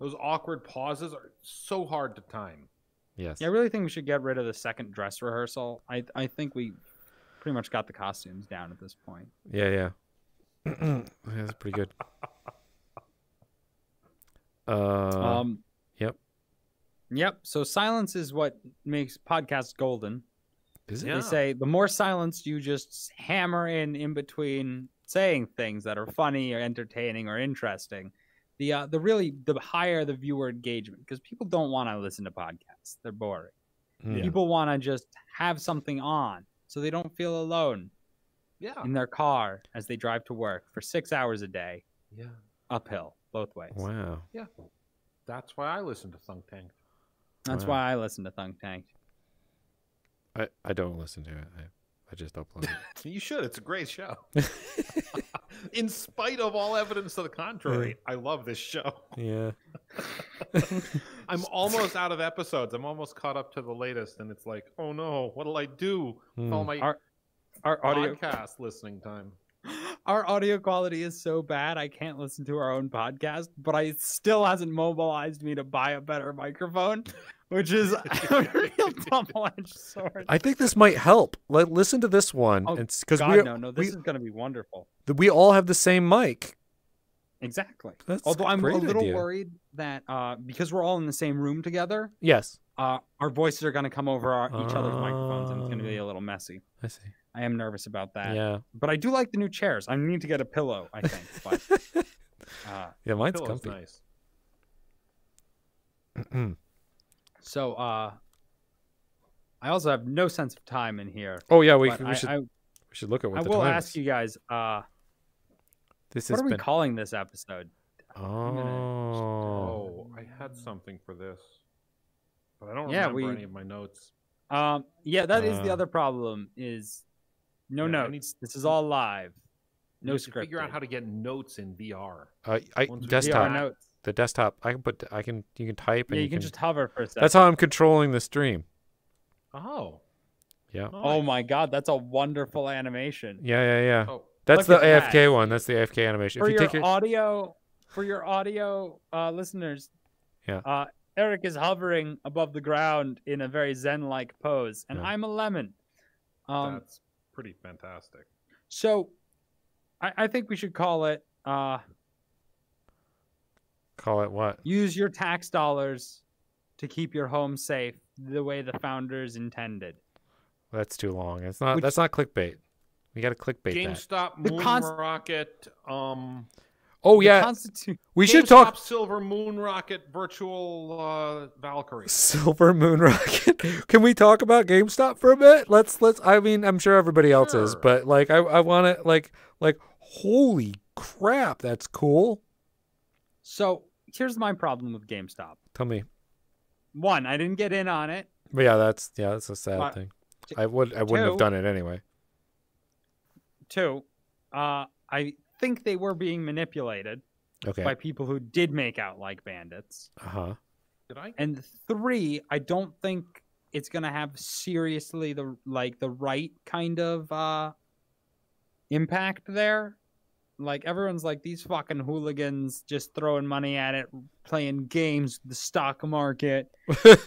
Speaker 4: Those awkward pauses are so hard to time.
Speaker 2: Yes.
Speaker 5: Yeah, I really think we should get rid of the second dress rehearsal. I I think we pretty much got the costumes down at this point.
Speaker 2: Yeah, yeah. Yeah, That's pretty good. Uh,
Speaker 5: um,
Speaker 2: yep.
Speaker 5: Yep. So silence is what makes podcasts golden.
Speaker 2: is it?
Speaker 4: yeah.
Speaker 5: They say the more silence you just hammer in in between saying things that are funny or entertaining or interesting, the uh, the really the higher the viewer engagement because people don't want to listen to podcasts. They're boring.
Speaker 2: Mm.
Speaker 5: People want to just have something on so they don't feel alone.
Speaker 4: Yeah.
Speaker 5: in their car as they drive to work for six hours a day
Speaker 4: Yeah.
Speaker 5: uphill both ways.
Speaker 2: Wow.
Speaker 4: Yeah. That's why I listen to Thunk Tank.
Speaker 5: That's
Speaker 2: Wow.
Speaker 5: why I listen to Thunk Tank.
Speaker 2: I, I don't listen to it. I, I just upload it.
Speaker 4: You should. It's a great show. In spite of all evidence to the contrary, I love this show.
Speaker 2: yeah.
Speaker 4: I'm almost out of episodes. I'm almost caught up to the latest, and it's like, oh no, what'll I do with all
Speaker 2: Mm.
Speaker 4: my
Speaker 5: Hmm. Our Our audio
Speaker 4: podcast listening time?
Speaker 5: our audio quality is so bad I can't listen to our own podcast, but I it still hasn't mobilized me to buy a better microphone, which is a real double-edged sword.
Speaker 2: I think this might help. Let listen to this one,
Speaker 5: Oh,
Speaker 2: and because we
Speaker 5: God no, no, this is gonna be wonderful.
Speaker 2: we all have the same mic.
Speaker 5: Exactly.
Speaker 2: That's
Speaker 5: Although I'm a
Speaker 2: great
Speaker 5: little
Speaker 2: idea.
Speaker 5: worried that uh, because we're all in the same room together,
Speaker 2: Yes,
Speaker 5: uh, our voices are going to come over our, each other's microphones, and it's going to be
Speaker 2: Oh.
Speaker 5: a little messy.
Speaker 2: I see.
Speaker 5: I am nervous about that.
Speaker 2: Yeah,
Speaker 5: But I do like the new chairs. I need to get a pillow, I think. But uh,
Speaker 2: yeah. Mine's
Speaker 4: Pillow's
Speaker 2: comfy.
Speaker 4: nice.
Speaker 5: so uh, I also have no sense of time in here.
Speaker 2: oh yeah, we,
Speaker 5: but
Speaker 2: we
Speaker 5: I,
Speaker 2: should
Speaker 5: I,
Speaker 2: we should look at what
Speaker 5: I
Speaker 2: the
Speaker 5: will
Speaker 2: time
Speaker 5: ask
Speaker 2: is.
Speaker 5: you guys, uh,
Speaker 2: This
Speaker 5: what
Speaker 2: has
Speaker 5: are we
Speaker 2: been.
Speaker 5: calling this episode?
Speaker 2: Oh.
Speaker 4: Oh, I had something for this, but I don't
Speaker 5: Yeah,
Speaker 4: remember
Speaker 5: we-
Speaker 4: any of my notes.
Speaker 5: Um, yeah, that is the
Speaker 2: Uh,
Speaker 5: other problem. Is no
Speaker 4: Yeah, I
Speaker 5: notes.
Speaker 4: need-
Speaker 5: This is all live.
Speaker 4: We
Speaker 5: No
Speaker 4: need to Figure out
Speaker 5: scripted.
Speaker 4: how to get notes in VR.
Speaker 2: Uh, I,
Speaker 4: Once we
Speaker 5: VR
Speaker 2: desktop.
Speaker 5: notes.
Speaker 2: The desktop. I can put. I can. You can type.
Speaker 5: Yeah,
Speaker 2: and
Speaker 5: you can just hover for a second.
Speaker 2: That's how I'm controlling the stream.
Speaker 4: Oh.
Speaker 2: Yeah.
Speaker 5: Oh my god, that's a wonderful animation.
Speaker 2: Yeah, yeah, yeah.
Speaker 4: Oh,
Speaker 2: That's
Speaker 5: look
Speaker 2: the
Speaker 5: at
Speaker 2: AFK
Speaker 5: that.
Speaker 2: one. That's the AFK animation.
Speaker 5: for
Speaker 2: if you
Speaker 5: your
Speaker 2: take your,
Speaker 5: audio for your audio uh, listeners
Speaker 2: Yeah.
Speaker 5: uh, eric is hovering above the ground in a very zen-like pose and
Speaker 2: Yeah.
Speaker 5: i'm a lemon um,
Speaker 4: that's pretty fantastic.
Speaker 5: so I, I think we should call it uh,
Speaker 2: call it what?
Speaker 5: use your tax dollars to keep your home safe the way the founders intended
Speaker 2: That's too long. It's not.
Speaker 5: Which-
Speaker 2: that's not clickbait. We got to clickbait that.
Speaker 4: GameStop,
Speaker 5: The
Speaker 4: Moon
Speaker 5: cons-
Speaker 4: Rocket, um,
Speaker 2: Oh
Speaker 5: The
Speaker 2: yeah,
Speaker 5: Constitu-
Speaker 2: we should
Speaker 4: GameStop
Speaker 2: talk
Speaker 4: Silver Moon Rocket Virtual uh, Valkyrie.
Speaker 2: Silver Moon Rocket. Can we talk about GameStop for a bit? Let's let's. I mean, I'm sure everybody else is,
Speaker 4: Sure.
Speaker 2: but like, I I want to like like. Holy crap, that's cool.
Speaker 5: so here's my problem with GameStop.
Speaker 2: Tell me,
Speaker 5: One, I didn't get in on it.
Speaker 2: but yeah, that's yeah, that's a sad
Speaker 5: My-
Speaker 2: thing.
Speaker 5: t-
Speaker 2: I would I wouldn't have
Speaker 5: two-
Speaker 2: done it anyway.
Speaker 5: Two, uh, I think they were being manipulated
Speaker 2: Okay.
Speaker 5: by people who did make out like bandits.
Speaker 2: Uh huh.
Speaker 4: Did I?
Speaker 5: And three, I don't think it's gonna have seriously the like the right kind of uh impact there. Like everyone's like these fucking hooligans just throwing money at it, playing games, the stock market.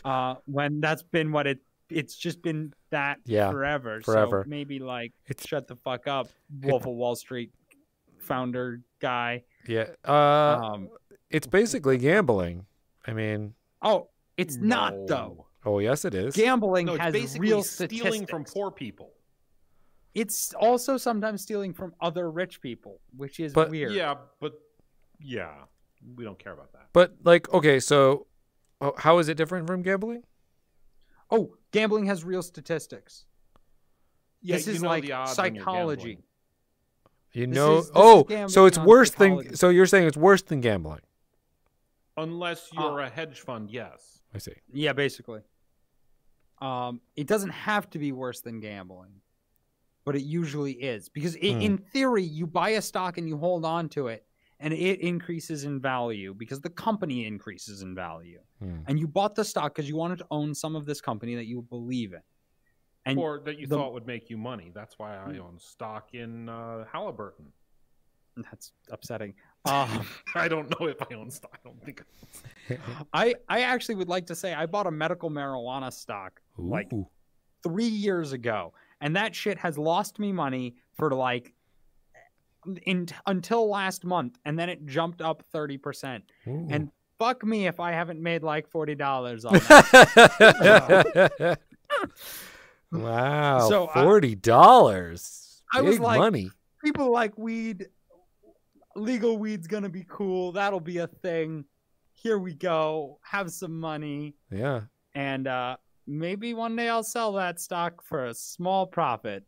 Speaker 5: uh when that's been what it it's just been that
Speaker 2: Yeah,
Speaker 5: forever.
Speaker 2: forever.
Speaker 5: So maybe like
Speaker 2: It's-
Speaker 5: shut the fuck up, Wolf of Wall Street founder guy.
Speaker 2: Yeah. uh
Speaker 5: Um
Speaker 2: it's basically gambling. I mean,
Speaker 5: oh it's not
Speaker 4: No.
Speaker 5: though.
Speaker 2: oh yes, it is.
Speaker 5: Gambling
Speaker 4: No, it's
Speaker 5: has
Speaker 4: basically
Speaker 5: real
Speaker 4: stealing
Speaker 5: statistics.
Speaker 4: from poor people.
Speaker 5: It's also sometimes stealing from other rich people, which is
Speaker 2: But-
Speaker 5: weird.
Speaker 4: Yeah, but yeah, we don't care about that.
Speaker 2: but like, okay, so oh, how is it different from gambling?
Speaker 5: Oh, gambling has real statistics.
Speaker 4: Yeah,
Speaker 5: This
Speaker 4: you
Speaker 5: is
Speaker 4: know
Speaker 5: like
Speaker 4: the odds when you're
Speaker 5: psychology.
Speaker 4: gambling.
Speaker 2: You
Speaker 5: This
Speaker 2: know,
Speaker 5: is- this is
Speaker 2: oh, so
Speaker 5: gambling
Speaker 2: it's
Speaker 5: on
Speaker 2: worse than.
Speaker 5: psychology.
Speaker 2: So you're saying it's worse than gambling?
Speaker 4: Unless you're a hedge fund, yes.
Speaker 2: I see.
Speaker 5: Yeah, basically. Um, it doesn't have to be worse than gambling, but it usually is because i
Speaker 2: Hmm.
Speaker 5: in theory, you buy a stock and you hold on to it, and it increases in value because the company increases in value,
Speaker 2: Hmm.
Speaker 5: and you bought the stock because you wanted to own some of this company that you believe in. And
Speaker 4: or that you
Speaker 5: the-
Speaker 4: thought would make you money. That's why I own stock in uh, Halliburton.
Speaker 5: that's upsetting. Um,
Speaker 4: I don't know if I own stock. I don't think.
Speaker 5: I I actually would like to say I bought a medical marijuana stock Like-
Speaker 2: Ooh.
Speaker 5: three years ago, and that shit has lost me money for like in, until last month, and then it jumped up thirty percent.
Speaker 2: Ooh.
Speaker 5: And fuck me if I haven't made like forty dollars on that.
Speaker 2: wow,
Speaker 5: So I-
Speaker 2: forty dollars.
Speaker 5: I
Speaker 2: Big
Speaker 5: was like-
Speaker 2: money.
Speaker 5: People like weed. Legal weed's gonna be cool. That'll be a thing. Here we go. Have some money,
Speaker 2: Yeah.
Speaker 5: and uh, maybe one day I'll sell that stock for a small profit.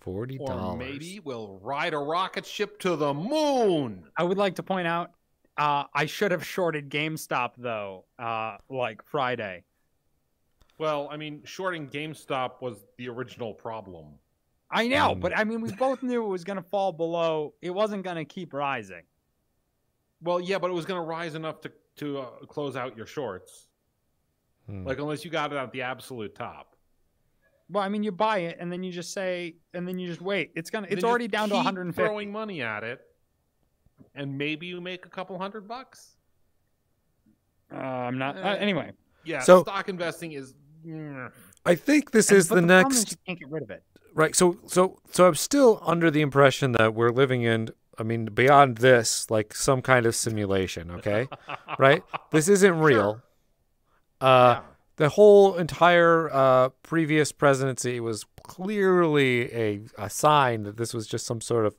Speaker 2: Forty
Speaker 4: Or
Speaker 2: dollars.
Speaker 4: maybe we'll ride a rocket ship to the moon.
Speaker 5: I would like to point out uh, I should have shorted GameStop though, uh, like Friday.
Speaker 4: Well, I mean, shorting GameStop was the original problem.
Speaker 5: I know,
Speaker 2: Mm.
Speaker 5: but I mean, we both knew it was going to fall below. It wasn't going to keep rising.
Speaker 4: Well, yeah, but it was going to rise enough to to uh, close out your shorts.
Speaker 2: Hmm.
Speaker 4: Like unless you got it at the absolute top.
Speaker 5: Well, I mean, you buy it and then you just say, and then you just wait. It's gonna.
Speaker 4: Then
Speaker 5: It's
Speaker 4: just
Speaker 5: already down to
Speaker 4: keep
Speaker 5: 150.
Speaker 4: Throwing money at it, and maybe you make a couple hundred bucks.
Speaker 5: Uh, I'm not.
Speaker 4: Uh,
Speaker 5: Uh, anyway,
Speaker 4: Yeah.
Speaker 2: So-
Speaker 4: stock investing is. mm,
Speaker 2: I think this
Speaker 5: And-
Speaker 2: is
Speaker 5: but
Speaker 2: the
Speaker 5: problem
Speaker 2: next
Speaker 5: you can't get rid of it.
Speaker 2: Right. So so so I'm still under the impression that we're living in I mean beyond this like some kind of simulation, okay? right? This isn't real. Uh
Speaker 4: Yeah.
Speaker 2: the whole entire uh previous presidency was clearly a a sign that this was just some sort of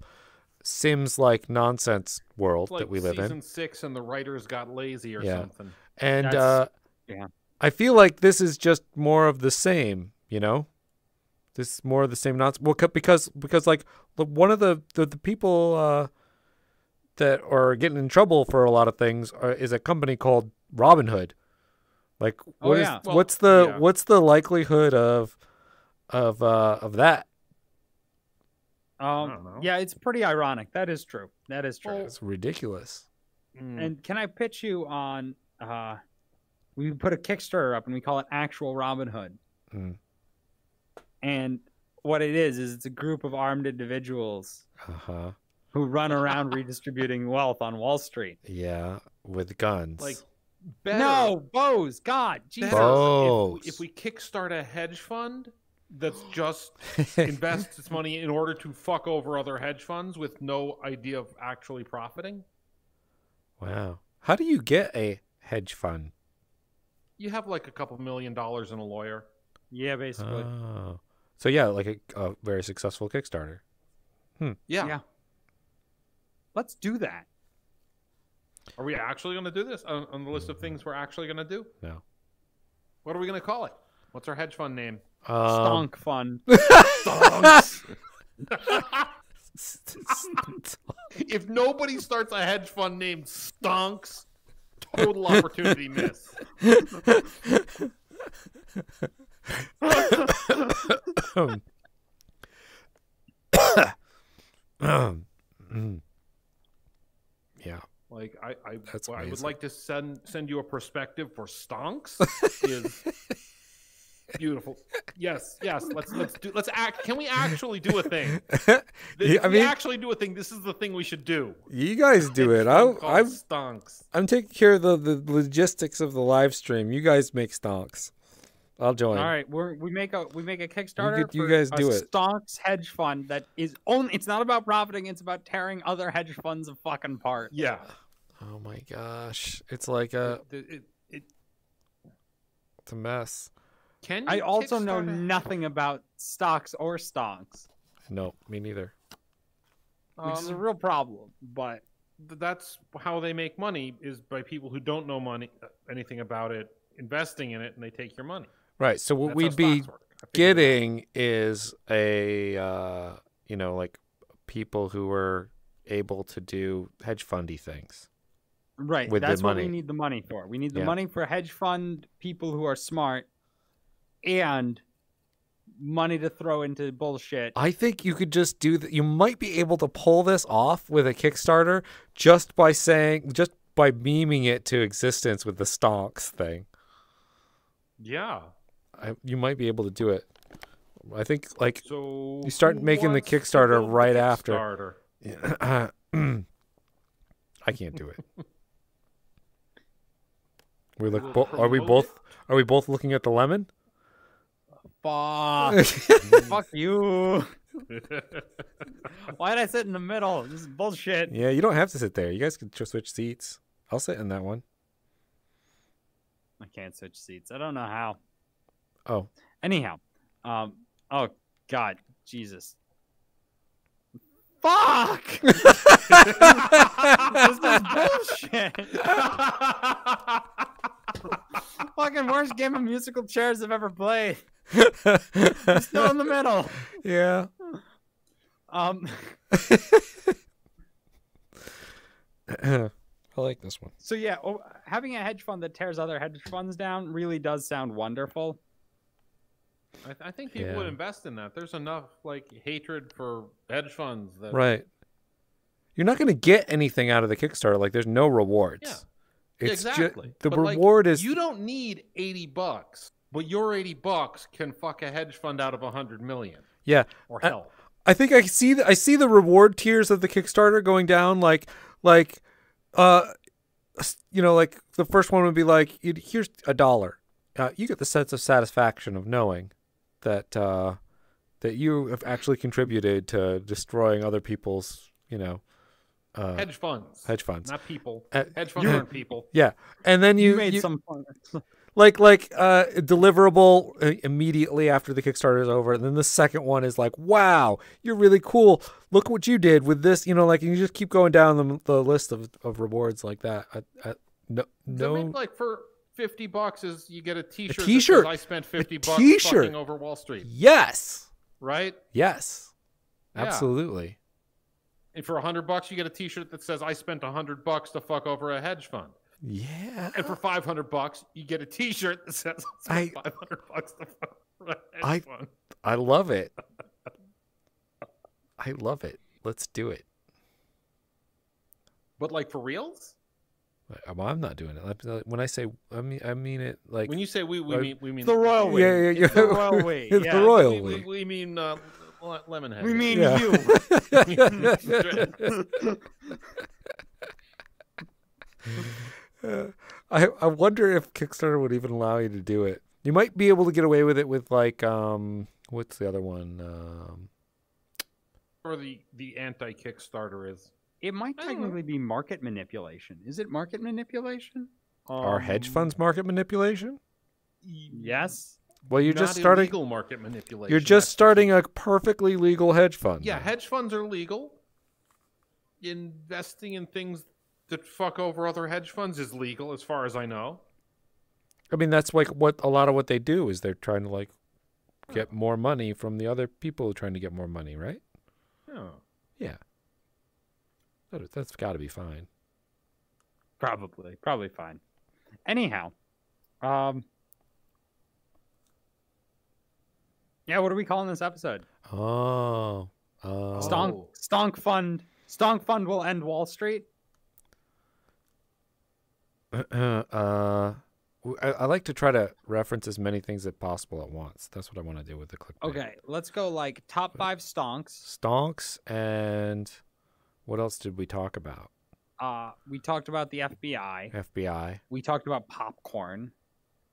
Speaker 2: Sims like nonsense world
Speaker 4: It's like
Speaker 2: that we live
Speaker 4: season
Speaker 2: in.
Speaker 4: six, and the writers got lazy or
Speaker 2: Yeah.
Speaker 4: something.
Speaker 2: And
Speaker 5: That's-
Speaker 2: uh
Speaker 5: yeah.
Speaker 2: I feel like this is just more of the same, you know? This is more of the same nonsense. Well, c- because because like the- one of the the, the people uh, that are getting in trouble for a lot of things are, is a company called Robinhood. Like,
Speaker 5: Oh,
Speaker 2: what is-
Speaker 5: yeah.
Speaker 4: Well,
Speaker 2: what's the
Speaker 4: yeah.
Speaker 2: what's the likelihood of of uh, of that?
Speaker 4: don't
Speaker 2: Oh.
Speaker 4: know.
Speaker 5: Um, yeah, it's pretty ironic. That is true. That is true.
Speaker 4: Well,
Speaker 2: It's ridiculous.
Speaker 4: Mm.
Speaker 5: And can I pitch you on? Uh, we put a Kickstarter up and we call it Actual Robin Hood.
Speaker 2: Mm.
Speaker 5: And what it is is it's a group of armed individuals
Speaker 2: Uh huh.
Speaker 5: who run around redistributing wealth on Wall Street.
Speaker 2: Yeah, with guns.
Speaker 4: like better,
Speaker 5: No, bows, God, Jesus.
Speaker 4: better
Speaker 2: Bows.
Speaker 4: If, if we kickstart a hedge fund that's just invests its money in order to fuck over other hedge funds with no idea of actually profiting,
Speaker 2: wow. How do you get a hedge fund?
Speaker 4: you have like a couple million dollars in a lawyer.
Speaker 5: Yeah, basically.
Speaker 2: Oh. So yeah, like a, a very successful Kickstarter.
Speaker 4: Yeah.
Speaker 5: Yeah. Let's do that.
Speaker 4: Are we actually going to do this on, on the list of things we're actually going to do?
Speaker 2: No.
Speaker 4: What are we going to call it? What's our hedge fund name?
Speaker 2: Um,
Speaker 5: Stonk fund.
Speaker 4: if nobody starts a hedge fund named Stonks, total opportunity miss.
Speaker 2: Um, yeah.
Speaker 4: Like I, I,
Speaker 2: That's
Speaker 4: what I would
Speaker 2: amazing.
Speaker 4: like to send send you a perspective for stonks is beautiful. Yes, yes. Let's let's do let's act. Can we actually do a thing? This,
Speaker 2: Yeah, I
Speaker 4: if we
Speaker 2: mean-
Speaker 4: actually do a thing. This is the thing we should do.
Speaker 2: You guys do it. I,
Speaker 4: Something
Speaker 2: I,
Speaker 4: called stonks.
Speaker 2: I'm taking care of the, the logistics of the live stream. You guys make stonks. I'll
Speaker 5: All
Speaker 2: join.
Speaker 5: right, we're, we make a we make a Kickstarter.
Speaker 2: could- you
Speaker 5: for
Speaker 2: guys
Speaker 5: a
Speaker 2: do it.
Speaker 5: Stonks hedge fund that is only. It's not about profiting. It's about tearing other hedge funds of fucking apart.
Speaker 4: Yeah.
Speaker 2: Oh my gosh. It's like
Speaker 5: Uh,
Speaker 2: a,
Speaker 4: It- it- it-
Speaker 2: it's a mess.
Speaker 4: can you
Speaker 5: I also know
Speaker 4: Kickstarter-
Speaker 5: nothing about stocks or stonks,
Speaker 2: No, me neither.
Speaker 5: which is a
Speaker 4: Um,
Speaker 5: real problem. But
Speaker 4: th- that's how they make money is by people who don't know money uh, anything about it investing in it and they take your money
Speaker 2: Right. So what
Speaker 4: That's how
Speaker 2: we'd be
Speaker 4: stocks work. I figured it
Speaker 2: getting is a uh, you know like people who are able to do hedge fundy things.
Speaker 5: right,
Speaker 2: With the
Speaker 5: that's what
Speaker 2: money.
Speaker 5: we need the money for. We need the
Speaker 2: Yeah.
Speaker 5: money for hedge fund people who are smart, and money to throw into bullshit.
Speaker 2: I think you could just do that. You might be able to pull this off with a Kickstarter just by saying just by memeing it to existence with the stonks thing.
Speaker 4: yeah
Speaker 2: I, you might be able to do it. I think like
Speaker 4: so
Speaker 2: You start
Speaker 4: who
Speaker 2: making the
Speaker 4: wants to
Speaker 2: Kickstarter
Speaker 4: build the
Speaker 2: right after.
Speaker 4: Kickstarter?
Speaker 2: I can't do it. We look. Bo- are we
Speaker 4: promote
Speaker 2: both? Are we both looking at the lemon?
Speaker 5: Fuck, fuck you. Why did I sit in the middle? This is bullshit.
Speaker 2: Yeah, you don't have to sit there. You guys can just switch seats. I'll sit in that one.
Speaker 5: I can't switch seats. I don't know how.
Speaker 2: Oh,
Speaker 5: Anyhow, um, oh God, Jesus, fuck! this is bullshit. Fucking worst game of musical chairs I've ever played. Still in the middle.
Speaker 2: yeah.
Speaker 5: Um,
Speaker 2: I like this one.
Speaker 5: so yeah, oh, having a hedge fund that tears other hedge funds down really does sound wonderful.
Speaker 4: I, th- I think people would
Speaker 2: Yeah.
Speaker 4: invest in that there's enough like hatred for hedge funds that
Speaker 2: Right. You're not going to get anything out of the Kickstarter. Like, there's no rewards.
Speaker 4: Yeah.
Speaker 2: It's ju-
Speaker 4: exactly
Speaker 2: the
Speaker 4: But, like,
Speaker 2: reward is
Speaker 4: you don't need 80 bucks but your 80 bucks can fuck a hedge fund out of 100 million
Speaker 2: yeah.
Speaker 4: or
Speaker 5: Uh,
Speaker 2: I-
Speaker 4: hell
Speaker 2: I think I see the, I see the reward tiers of the Kickstarter going down like like uh s- you know like the first one would be like you'd- here's a dollar. Uh, you get the sense of satisfaction of knowing that uh that you have actually contributed to destroying other people's, you know, uh hedge,
Speaker 4: hedge funds
Speaker 2: funds.
Speaker 4: not people
Speaker 2: Uh,
Speaker 4: hedge
Speaker 2: you-
Speaker 4: funds aren't people
Speaker 2: yeah. And then you,
Speaker 5: made
Speaker 2: you-
Speaker 5: some fun.
Speaker 2: like like uh deliverable uh, immediately after the kickstarter is over and then the second one is like wow you're really cool look what you did with this you know like and you just keep going down the, the list of, of rewards like that I, I, no
Speaker 4: So maybe
Speaker 2: no
Speaker 4: like for fifty bucks is you get a T-shirt. that says,
Speaker 2: t-shirt.
Speaker 4: I spent
Speaker 2: A
Speaker 4: fifty bucks
Speaker 2: t-shirt.
Speaker 4: fucking over Wall Street,
Speaker 2: yes
Speaker 4: right?
Speaker 2: yes
Speaker 4: Yeah.
Speaker 2: absolutely
Speaker 4: And for hundred bucks, you get a T-shirt that says I spent hundred bucks to fuck over a hedge fund.
Speaker 2: yeah
Speaker 4: And for five hundred bucks, you get a T-shirt that says I
Speaker 2: I-
Speaker 4: spent five hundred bucks to fuck over a hedge
Speaker 2: I-
Speaker 4: fund.
Speaker 2: i love it i love it let's do it
Speaker 4: But like for reals,
Speaker 2: i'm, Uh, I'm not doing it Like, when i say i mean i mean it like
Speaker 4: when you say we, we
Speaker 2: I-
Speaker 4: mean we mean
Speaker 5: The royal we-
Speaker 2: yeah, yeah, yeah.
Speaker 5: the royal way,
Speaker 2: It's
Speaker 5: yeah.
Speaker 2: the
Speaker 4: we-
Speaker 2: royal
Speaker 4: we,
Speaker 2: way.
Speaker 4: we, we mean uh, le- lemonhead.
Speaker 5: We mean
Speaker 2: Yeah.
Speaker 5: you.
Speaker 2: Uh, I I wonder if Kickstarter would even allow you to do it. You might be able to get away with it with like um what's the other one? Um
Speaker 4: or the the anti Kickstarter is.
Speaker 5: It might
Speaker 4: I don't know.
Speaker 5: technically be market manipulation. Is it market manipulation?
Speaker 2: are hedge
Speaker 5: Um,
Speaker 2: funds market manipulation?
Speaker 5: Yes.
Speaker 2: Well, you're just
Speaker 4: Not
Speaker 2: starting
Speaker 4: illegal market manipulation.
Speaker 2: you're just
Speaker 4: that's the
Speaker 2: starting
Speaker 4: key.
Speaker 2: a perfectly legal hedge fund.
Speaker 4: Yeah,
Speaker 2: then.
Speaker 4: hedge funds are legal. Investing in things to fuck over other hedge funds is legal, as far as I know.
Speaker 2: I mean, that's like what a lot of what they do is they're trying to like get more money from the other people trying to get more money, right?
Speaker 4: Yeah.
Speaker 2: Yeah. That, that's got to be fine.
Speaker 5: Probably, probably fine. Anyhow, um, yeah. What are we calling this episode?
Speaker 2: Oh. Oh.
Speaker 5: Stonk,
Speaker 4: Oh.
Speaker 5: stonk fund. Stonk fund will end Wall Street.
Speaker 2: uh, w- I, I like to try to reference as many things as possible at once. That's what I want to do with the clickbait.
Speaker 5: Okay, let's go like top five stonks.
Speaker 2: Stonks and what else did we talk about?
Speaker 5: Uh, we talked about the FBI.
Speaker 2: FBI.
Speaker 5: We talked about popcorn.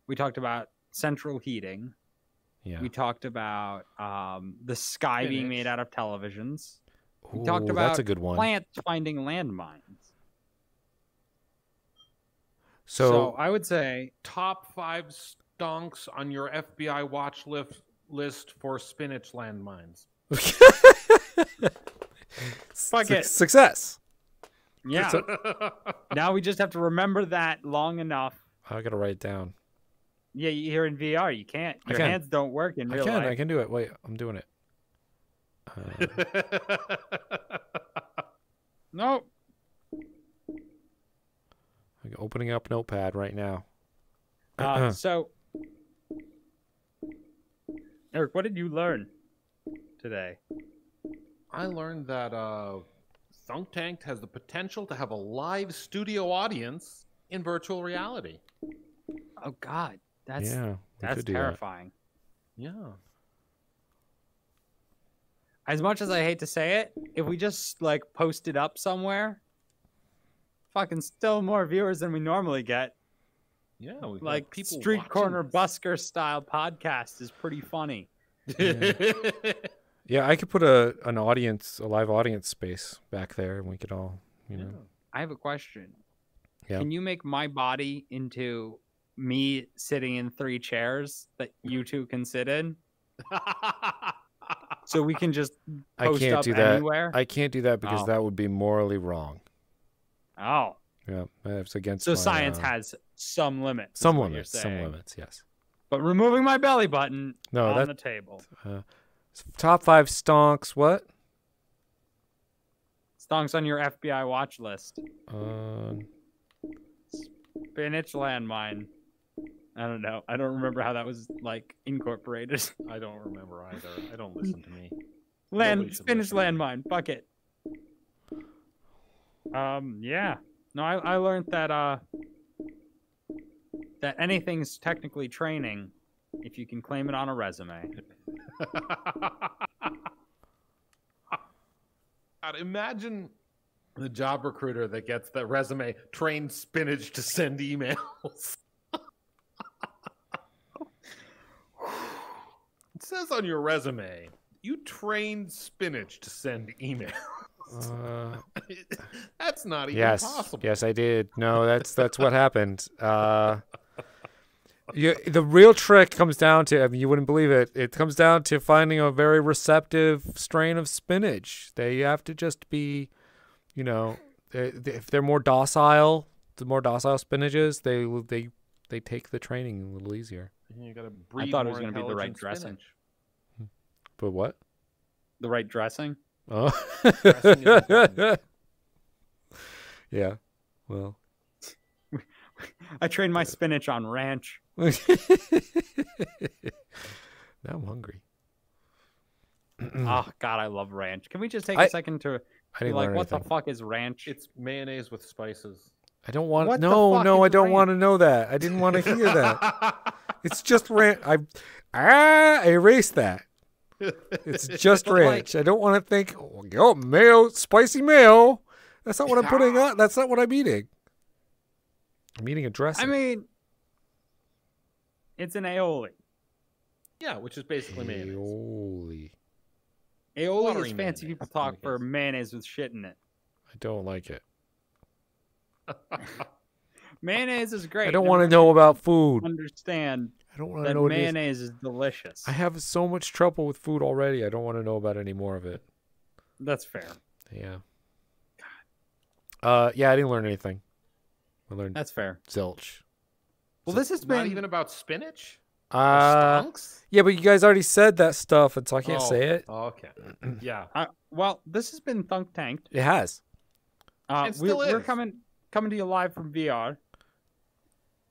Speaker 5: We talked about central heating.
Speaker 2: Yeah.
Speaker 5: We talked about um, the sky being
Speaker 4: Spinach.
Speaker 5: made out of televisions.
Speaker 2: Ooh,
Speaker 5: talked
Speaker 2: that's
Speaker 5: about
Speaker 2: a good one.
Speaker 5: Plants finding landmines.
Speaker 2: so,
Speaker 5: I would say
Speaker 4: Top five stonks on your FBI watch lift list for spinach landmines.
Speaker 5: Fuck
Speaker 2: Suc-
Speaker 5: it.
Speaker 2: Success.
Speaker 5: yeah.
Speaker 2: So-
Speaker 5: now we just have to remember that long enough.
Speaker 2: I gotta write it down.
Speaker 5: Yeah, you- you're in VR. You can't.
Speaker 2: I
Speaker 5: Your
Speaker 2: can.
Speaker 5: hands don't work in
Speaker 2: I
Speaker 5: real
Speaker 2: can. I
Speaker 5: life.
Speaker 2: can do it. Wait, I'm doing it. Uh,
Speaker 5: Nope.
Speaker 2: I'm opening up Notepad right now. Uh-uh.
Speaker 5: Uh, so, Eric, what did you learn today?
Speaker 4: I learned that uh, Thunk Tank has the potential to have a live studio audience in virtual reality.
Speaker 5: Oh God, that's
Speaker 2: yeah, we
Speaker 5: that's
Speaker 2: could do that.
Speaker 5: terrifying.
Speaker 4: Yeah.
Speaker 5: As much as I hate to say it, if we just like posted up somewhere, fucking still more viewers than we normally get.
Speaker 4: Yeah. we have
Speaker 5: Like
Speaker 4: people
Speaker 5: street
Speaker 4: watching
Speaker 5: corner
Speaker 4: this.
Speaker 5: busker style podcast is pretty funny.
Speaker 2: Yeah, I could put a an audience, a live audience space back there, and we could all, you know.
Speaker 5: I have a question.
Speaker 2: Yeah.
Speaker 5: Can you make my body into me sitting in three chairs that you two can sit in? So we can just
Speaker 2: I
Speaker 5: post
Speaker 2: can't
Speaker 5: up
Speaker 2: do that.
Speaker 5: anywhere?
Speaker 2: I can't do that because
Speaker 5: Oh.
Speaker 2: that would be morally wrong.
Speaker 5: Oh,
Speaker 2: Yeah, that's against.
Speaker 5: so
Speaker 2: my,
Speaker 5: science
Speaker 2: uh,
Speaker 5: has some limit. is
Speaker 2: some
Speaker 5: what you're
Speaker 2: limits. Some
Speaker 5: saying.
Speaker 2: limits. Yes.
Speaker 5: But removing my belly button
Speaker 2: No,
Speaker 5: on
Speaker 2: that's
Speaker 5: the table.
Speaker 2: top five stonks. What?
Speaker 5: Stonks on your FBI watch list.
Speaker 2: Uh,
Speaker 5: Spinach landmine. I don't know. I don't remember how that was like incorporated.
Speaker 4: I don't remember either. I don't listen to me. Nobody
Speaker 5: Land
Speaker 4: should
Speaker 5: Spanish
Speaker 4: listen to me.
Speaker 5: landmine. Fuck it. Um. Yeah. No, I, I learned that uh that anything's technically training if you can claim it on a resume.
Speaker 4: God, imagine the job recruiter that gets that resume trained spinach to send emails. it says on your resume, you trained spinach to send emails.
Speaker 2: uh,
Speaker 4: That's not even
Speaker 2: yes.
Speaker 4: possible.
Speaker 2: Yes, I did. No, that's that's what happened. Uh, you, the real trick comes down to. I mean, you wouldn't believe it. It comes down to finding a very receptive strain of spinach. They have to just be, you know, they, they- if they're more docile, the more docile spinaches, they will- they they take the training a little easier.
Speaker 4: You gotta breed
Speaker 5: thought it was
Speaker 4: more
Speaker 5: gonna be the right
Speaker 4: intelligent
Speaker 5: dressing.
Speaker 4: spinach.
Speaker 2: But what?
Speaker 5: The right dressing.
Speaker 2: Oh.
Speaker 4: Dressing is important.
Speaker 2: yeah. Well.
Speaker 5: I trained my spinach on ranch.
Speaker 2: now I'm hungry.
Speaker 5: oh God, I love ranch. Can we just take a
Speaker 2: Hmm. I-
Speaker 5: second to
Speaker 2: I
Speaker 5: be
Speaker 2: didn't
Speaker 5: like,
Speaker 2: learn
Speaker 5: what the
Speaker 2: anything.
Speaker 5: fuck is ranch?
Speaker 4: It's mayonnaise with spices.
Speaker 2: I don't want.
Speaker 5: What the
Speaker 2: no,
Speaker 5: fuck
Speaker 2: no, I
Speaker 5: is
Speaker 2: don't
Speaker 5: ranch?
Speaker 2: want to know that. I didn't want to hear that. It's just ranch. I, ah, I erased that. It's just
Speaker 4: But, like-
Speaker 2: ranch. I don't want to think. Oh, yo, mayo, spicy mayo. That's not what I'm putting on. That's not what I'm eating. I'm eating a dressing.
Speaker 5: I mean, it's an aioli.
Speaker 4: Yeah, which is basically mayonnaise.
Speaker 2: Holy,
Speaker 5: Aioli
Speaker 4: Watery
Speaker 5: is fancy
Speaker 4: mayonnaise,
Speaker 5: people
Speaker 4: in
Speaker 5: talk
Speaker 4: the
Speaker 5: for
Speaker 4: case.
Speaker 5: mayonnaise with shit in it.
Speaker 2: I don't like it.
Speaker 5: Mayonnaise is great.
Speaker 2: I don't want to know about food.
Speaker 5: understand
Speaker 2: I don't want to
Speaker 5: that
Speaker 2: know what it is.
Speaker 5: mayonnaise is delicious.
Speaker 2: I have so much trouble with food already. I don't want to know about any more of it.
Speaker 5: That's fair.
Speaker 2: Yeah. Uh, yeah, I didn't learn anything. I learned
Speaker 5: That's fair.
Speaker 2: zilch.
Speaker 5: Well, this has
Speaker 4: Not
Speaker 5: been
Speaker 4: even about spinach. Or
Speaker 2: Uh,
Speaker 4: stonks?
Speaker 2: yeah, but you guys already said that stuff, and so I can't
Speaker 4: Oh,
Speaker 2: say it.
Speaker 4: Okay. Yeah.
Speaker 5: uh, well. This has been Thunk Tanked.
Speaker 2: It has.
Speaker 5: Uh,
Speaker 4: It
Speaker 5: we,
Speaker 4: still
Speaker 5: We're
Speaker 4: is.
Speaker 5: coming coming to you live from VR.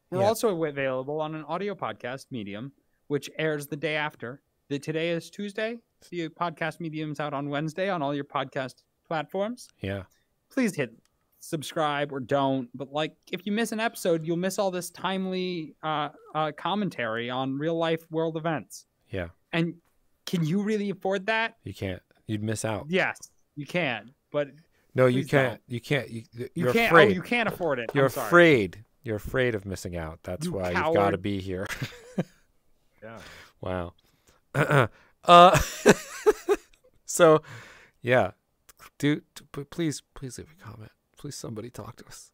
Speaker 5: We're
Speaker 2: Yeah.
Speaker 5: also awa- available on an audio podcast medium, which airs the day after. The today is Tuesday. The podcast medium's out on Wednesday on all your podcast platforms.
Speaker 2: Yeah.
Speaker 5: Please hit subscribe or don't. But like, if you miss an episode, you'll miss all this timely uh, uh, commentary on real life world events.
Speaker 2: Yeah.
Speaker 5: And can you really afford that?
Speaker 2: You can't. You'd miss out.
Speaker 5: Yes, you can. But
Speaker 2: No, you
Speaker 5: Please
Speaker 2: can't. You can't. You, th-
Speaker 5: you
Speaker 2: you're
Speaker 5: can't.
Speaker 2: afraid.
Speaker 5: Oh, you can't afford it.
Speaker 2: are
Speaker 5: I'm sorry.
Speaker 2: afraid. You're afraid of missing out. That's
Speaker 5: You
Speaker 2: why you've got to
Speaker 5: coward.
Speaker 2: be here.
Speaker 4: Yeah.
Speaker 2: Wow. uh, so, yeah. Do, do p- please, please leave a comment. Please, somebody talk to us.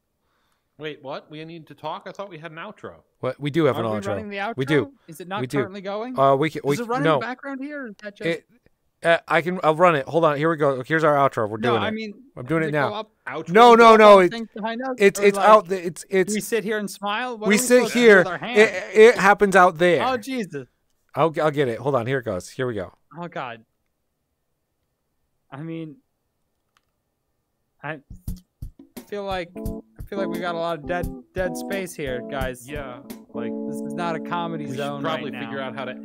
Speaker 4: Wait, what? We need to talk? I thought we had an outro.
Speaker 2: What we do have
Speaker 5: Are we
Speaker 2: an outro.
Speaker 5: running the outro?
Speaker 2: We do.
Speaker 5: Is it not
Speaker 2: We do.
Speaker 5: currently going?
Speaker 2: Uh, we can. We,
Speaker 5: Is it running
Speaker 2: no.
Speaker 5: in the background here? or Is that just...
Speaker 2: It, uh, I can. I'll run it. Hold on. Here we go. Here's our outro. We're
Speaker 5: no,
Speaker 2: doing
Speaker 5: I
Speaker 2: it.
Speaker 5: mean,
Speaker 2: I'm doing
Speaker 5: does
Speaker 2: it
Speaker 5: go
Speaker 2: now.
Speaker 5: up- outro
Speaker 2: No,
Speaker 5: and
Speaker 2: no,
Speaker 5: go
Speaker 2: no,
Speaker 5: up on
Speaker 2: it-
Speaker 5: things behind us?
Speaker 2: It's
Speaker 5: Or,
Speaker 2: it's
Speaker 5: like,
Speaker 2: out. there. It's it's.
Speaker 5: We sit here and smile. What
Speaker 2: we
Speaker 5: are
Speaker 2: sit
Speaker 5: supposed to do
Speaker 2: here. Eh,
Speaker 5: With our hands?
Speaker 2: It, it happens out there.
Speaker 5: oh Jesus!
Speaker 2: I'll I'll get it. Hold on. Here it goes. Here we go.
Speaker 5: Oh God! I mean, I feel like I feel like we got a lot of dead dead space here, guys.
Speaker 4: Yeah. Like,
Speaker 5: This is not a comedy
Speaker 4: we should
Speaker 5: zone.
Speaker 4: probably
Speaker 5: right now.
Speaker 4: figure out how to